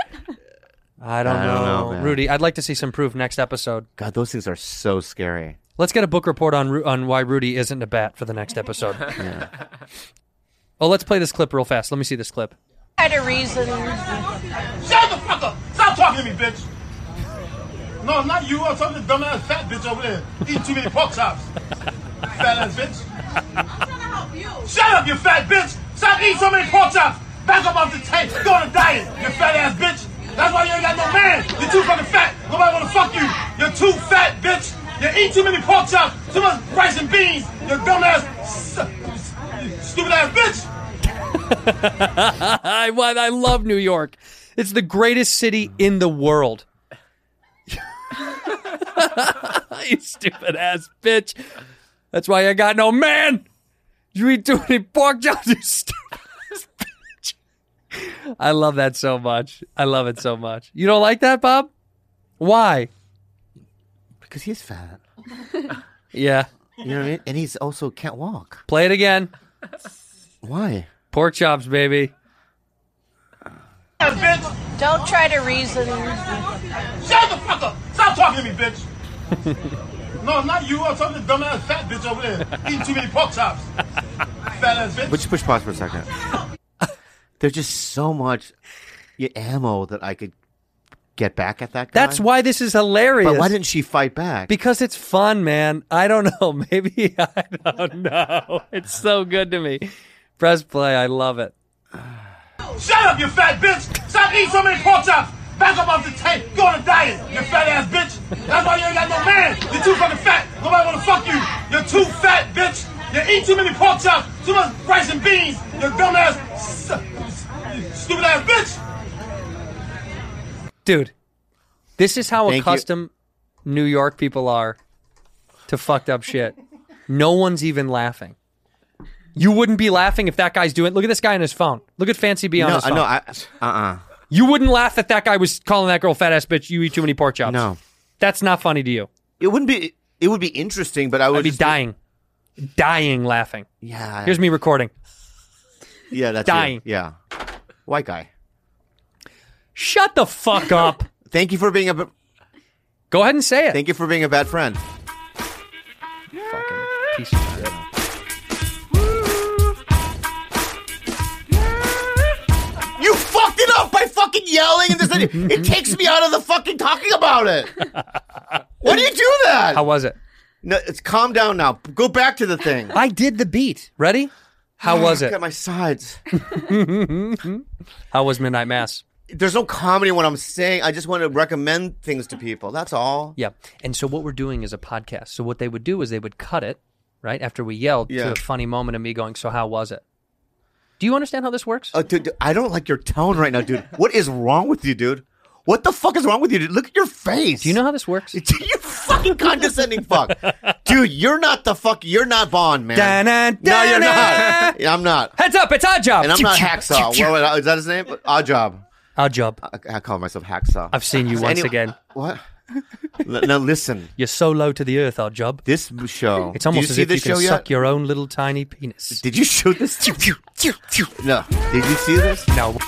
Speaker 3: I don't,
Speaker 4: I don't know, man.
Speaker 3: Rudy. I'd like to see some proof next episode.
Speaker 4: God, those things are so scary.
Speaker 3: Let's get a book report on Ru- on why Rudy isn't a bat for the next
Speaker 4: (laughs)
Speaker 3: episode. Oh, let's play this clip real fast. Let me see this clip.
Speaker 11: had a reason.
Speaker 12: Shut the fuck up! Stop talking to me, bitch! No, not you. I'm talking to dumbass fat bitch over there. Eating too many pork chops. fat ass bitch.
Speaker 11: I'm trying to help you.
Speaker 12: Shut up, you fat bitch! Stop eating so many pork chops! Back up off the tape! Go on a diet, you fat ass bitch! That's why you ain't got no man! You're too fucking fat! Nobody wanna fuck you! You're too fat, bitch! You eat too many pork chops! Too much rice and beans! You dumb ass, stupid ass bitch!
Speaker 3: I, well, I love New York. It's the greatest city in the world. (laughs) you stupid ass bitch. That's why I got no man. You eat too many pork chops, you stupid ass bitch. I love that so much. I love it so much. You don't like that, Bob? Why?
Speaker 4: Because he's fat.
Speaker 3: Yeah.
Speaker 4: You know what I mean? And he's also can't walk.
Speaker 3: Play it again.
Speaker 4: Why?
Speaker 3: Pork chops, baby.
Speaker 11: Don't try to reason.
Speaker 12: Shut the fuck up! Stop talking to me, bitch! No, not you. I'm talking to dumb ass fat bitch over there eating too many pork chops. Fat ass bitch.
Speaker 4: But you push pause for a second. (laughs) There's just so much yeah, ammo that I could get back at that guy.
Speaker 3: That's why this is hilarious.
Speaker 4: But why didn't she fight back?
Speaker 3: Because it's fun, man. I don't know. (laughs) Maybe I don't know. It's so good to me. Press play. I love it.
Speaker 12: Shut up, you fat bitch! Stop eating so many pork chops! Back up off the tape! Go on a diet, you fat ass bitch! That's why you ain't got no man! You're too fucking fat! Nobody wanna fuck you! You're too fat, bitch! You eat too many pork chops! Too much rice and beans! You dumb ass, stupid ass bitch!
Speaker 3: Dude, this is how
Speaker 4: Thank you.
Speaker 3: accustomed New York people are to fucked up shit. No one's even laughing. You wouldn't be laughing if that guy's doing. Look at this guy on his phone. Look at Fancy B on
Speaker 4: no,
Speaker 3: his phone.
Speaker 4: no, I uh uh
Speaker 3: you wouldn't laugh if that guy was calling that girl fat ass bitch. You eat too many pork chops.
Speaker 4: No.
Speaker 3: that's not funny to you.
Speaker 4: It wouldn't be. It would be interesting, but I would
Speaker 3: I'd be
Speaker 4: just
Speaker 3: dying, dying laughing.
Speaker 4: Yeah.
Speaker 3: Here's me recording.
Speaker 4: Yeah, that's
Speaker 3: dying.
Speaker 4: It. Yeah, white guy.
Speaker 3: Shut the fuck up.
Speaker 4: Thank you for being a. b-
Speaker 3: Go ahead and say it.
Speaker 4: Thank you for being a bad friend.
Speaker 3: Fucking piece of shit.
Speaker 4: You fucked it up by fucking yelling and this. and (laughs) it It takes me out of the fucking talking about (laughs) it. Why do you do that?
Speaker 3: How was it?
Speaker 4: No, it's calm down now. Go back to the Oh, thing.
Speaker 3: I did the beat. Ready? How was it?
Speaker 4: At my sides.
Speaker 3: How was Midnight Mass?
Speaker 4: There's no comedy in what I'm saying. I just want to recommend things to people. That's all.
Speaker 3: Yeah. And so what we're doing is a podcast. So what they would do is they would cut it right after we yelled to
Speaker 4: Yeah.
Speaker 3: a funny moment of me going, "So how was it?" Do you understand how this works?
Speaker 4: Uh, dude, dude, I don't like your tone right
Speaker 3: (laughs)
Speaker 4: now, dude. What is wrong with you, dude? What the fuck is wrong with you? Dude? Look at your face.
Speaker 3: Do you know how this works?
Speaker 4: (laughs) you fucking
Speaker 3: (laughs)
Speaker 4: condescending fuck, dude. You're not the fuck. You're not Vaughn, man. no, you're not. (laughs) I'm not.
Speaker 3: Heads up, it's odd job.
Speaker 4: And I'm
Speaker 3: (laughs)
Speaker 4: not Hacksaw. What, what, is that his name? Odd job.
Speaker 3: Odd job.
Speaker 4: I, I call myself Hacksaw.
Speaker 3: I've seen you
Speaker 4: So
Speaker 3: once
Speaker 4: anyway-
Speaker 3: again.
Speaker 4: What? L- now listen,
Speaker 3: You're so low to the earth, odd job.
Speaker 4: this show.
Speaker 3: It's almost
Speaker 4: Did
Speaker 3: as
Speaker 4: you
Speaker 3: if
Speaker 4: see
Speaker 3: you
Speaker 4: this
Speaker 3: can
Speaker 4: show
Speaker 3: suck
Speaker 4: yet?
Speaker 3: your own little tiny penis.
Speaker 4: Did you shoot this? no. Did you see this?
Speaker 3: No.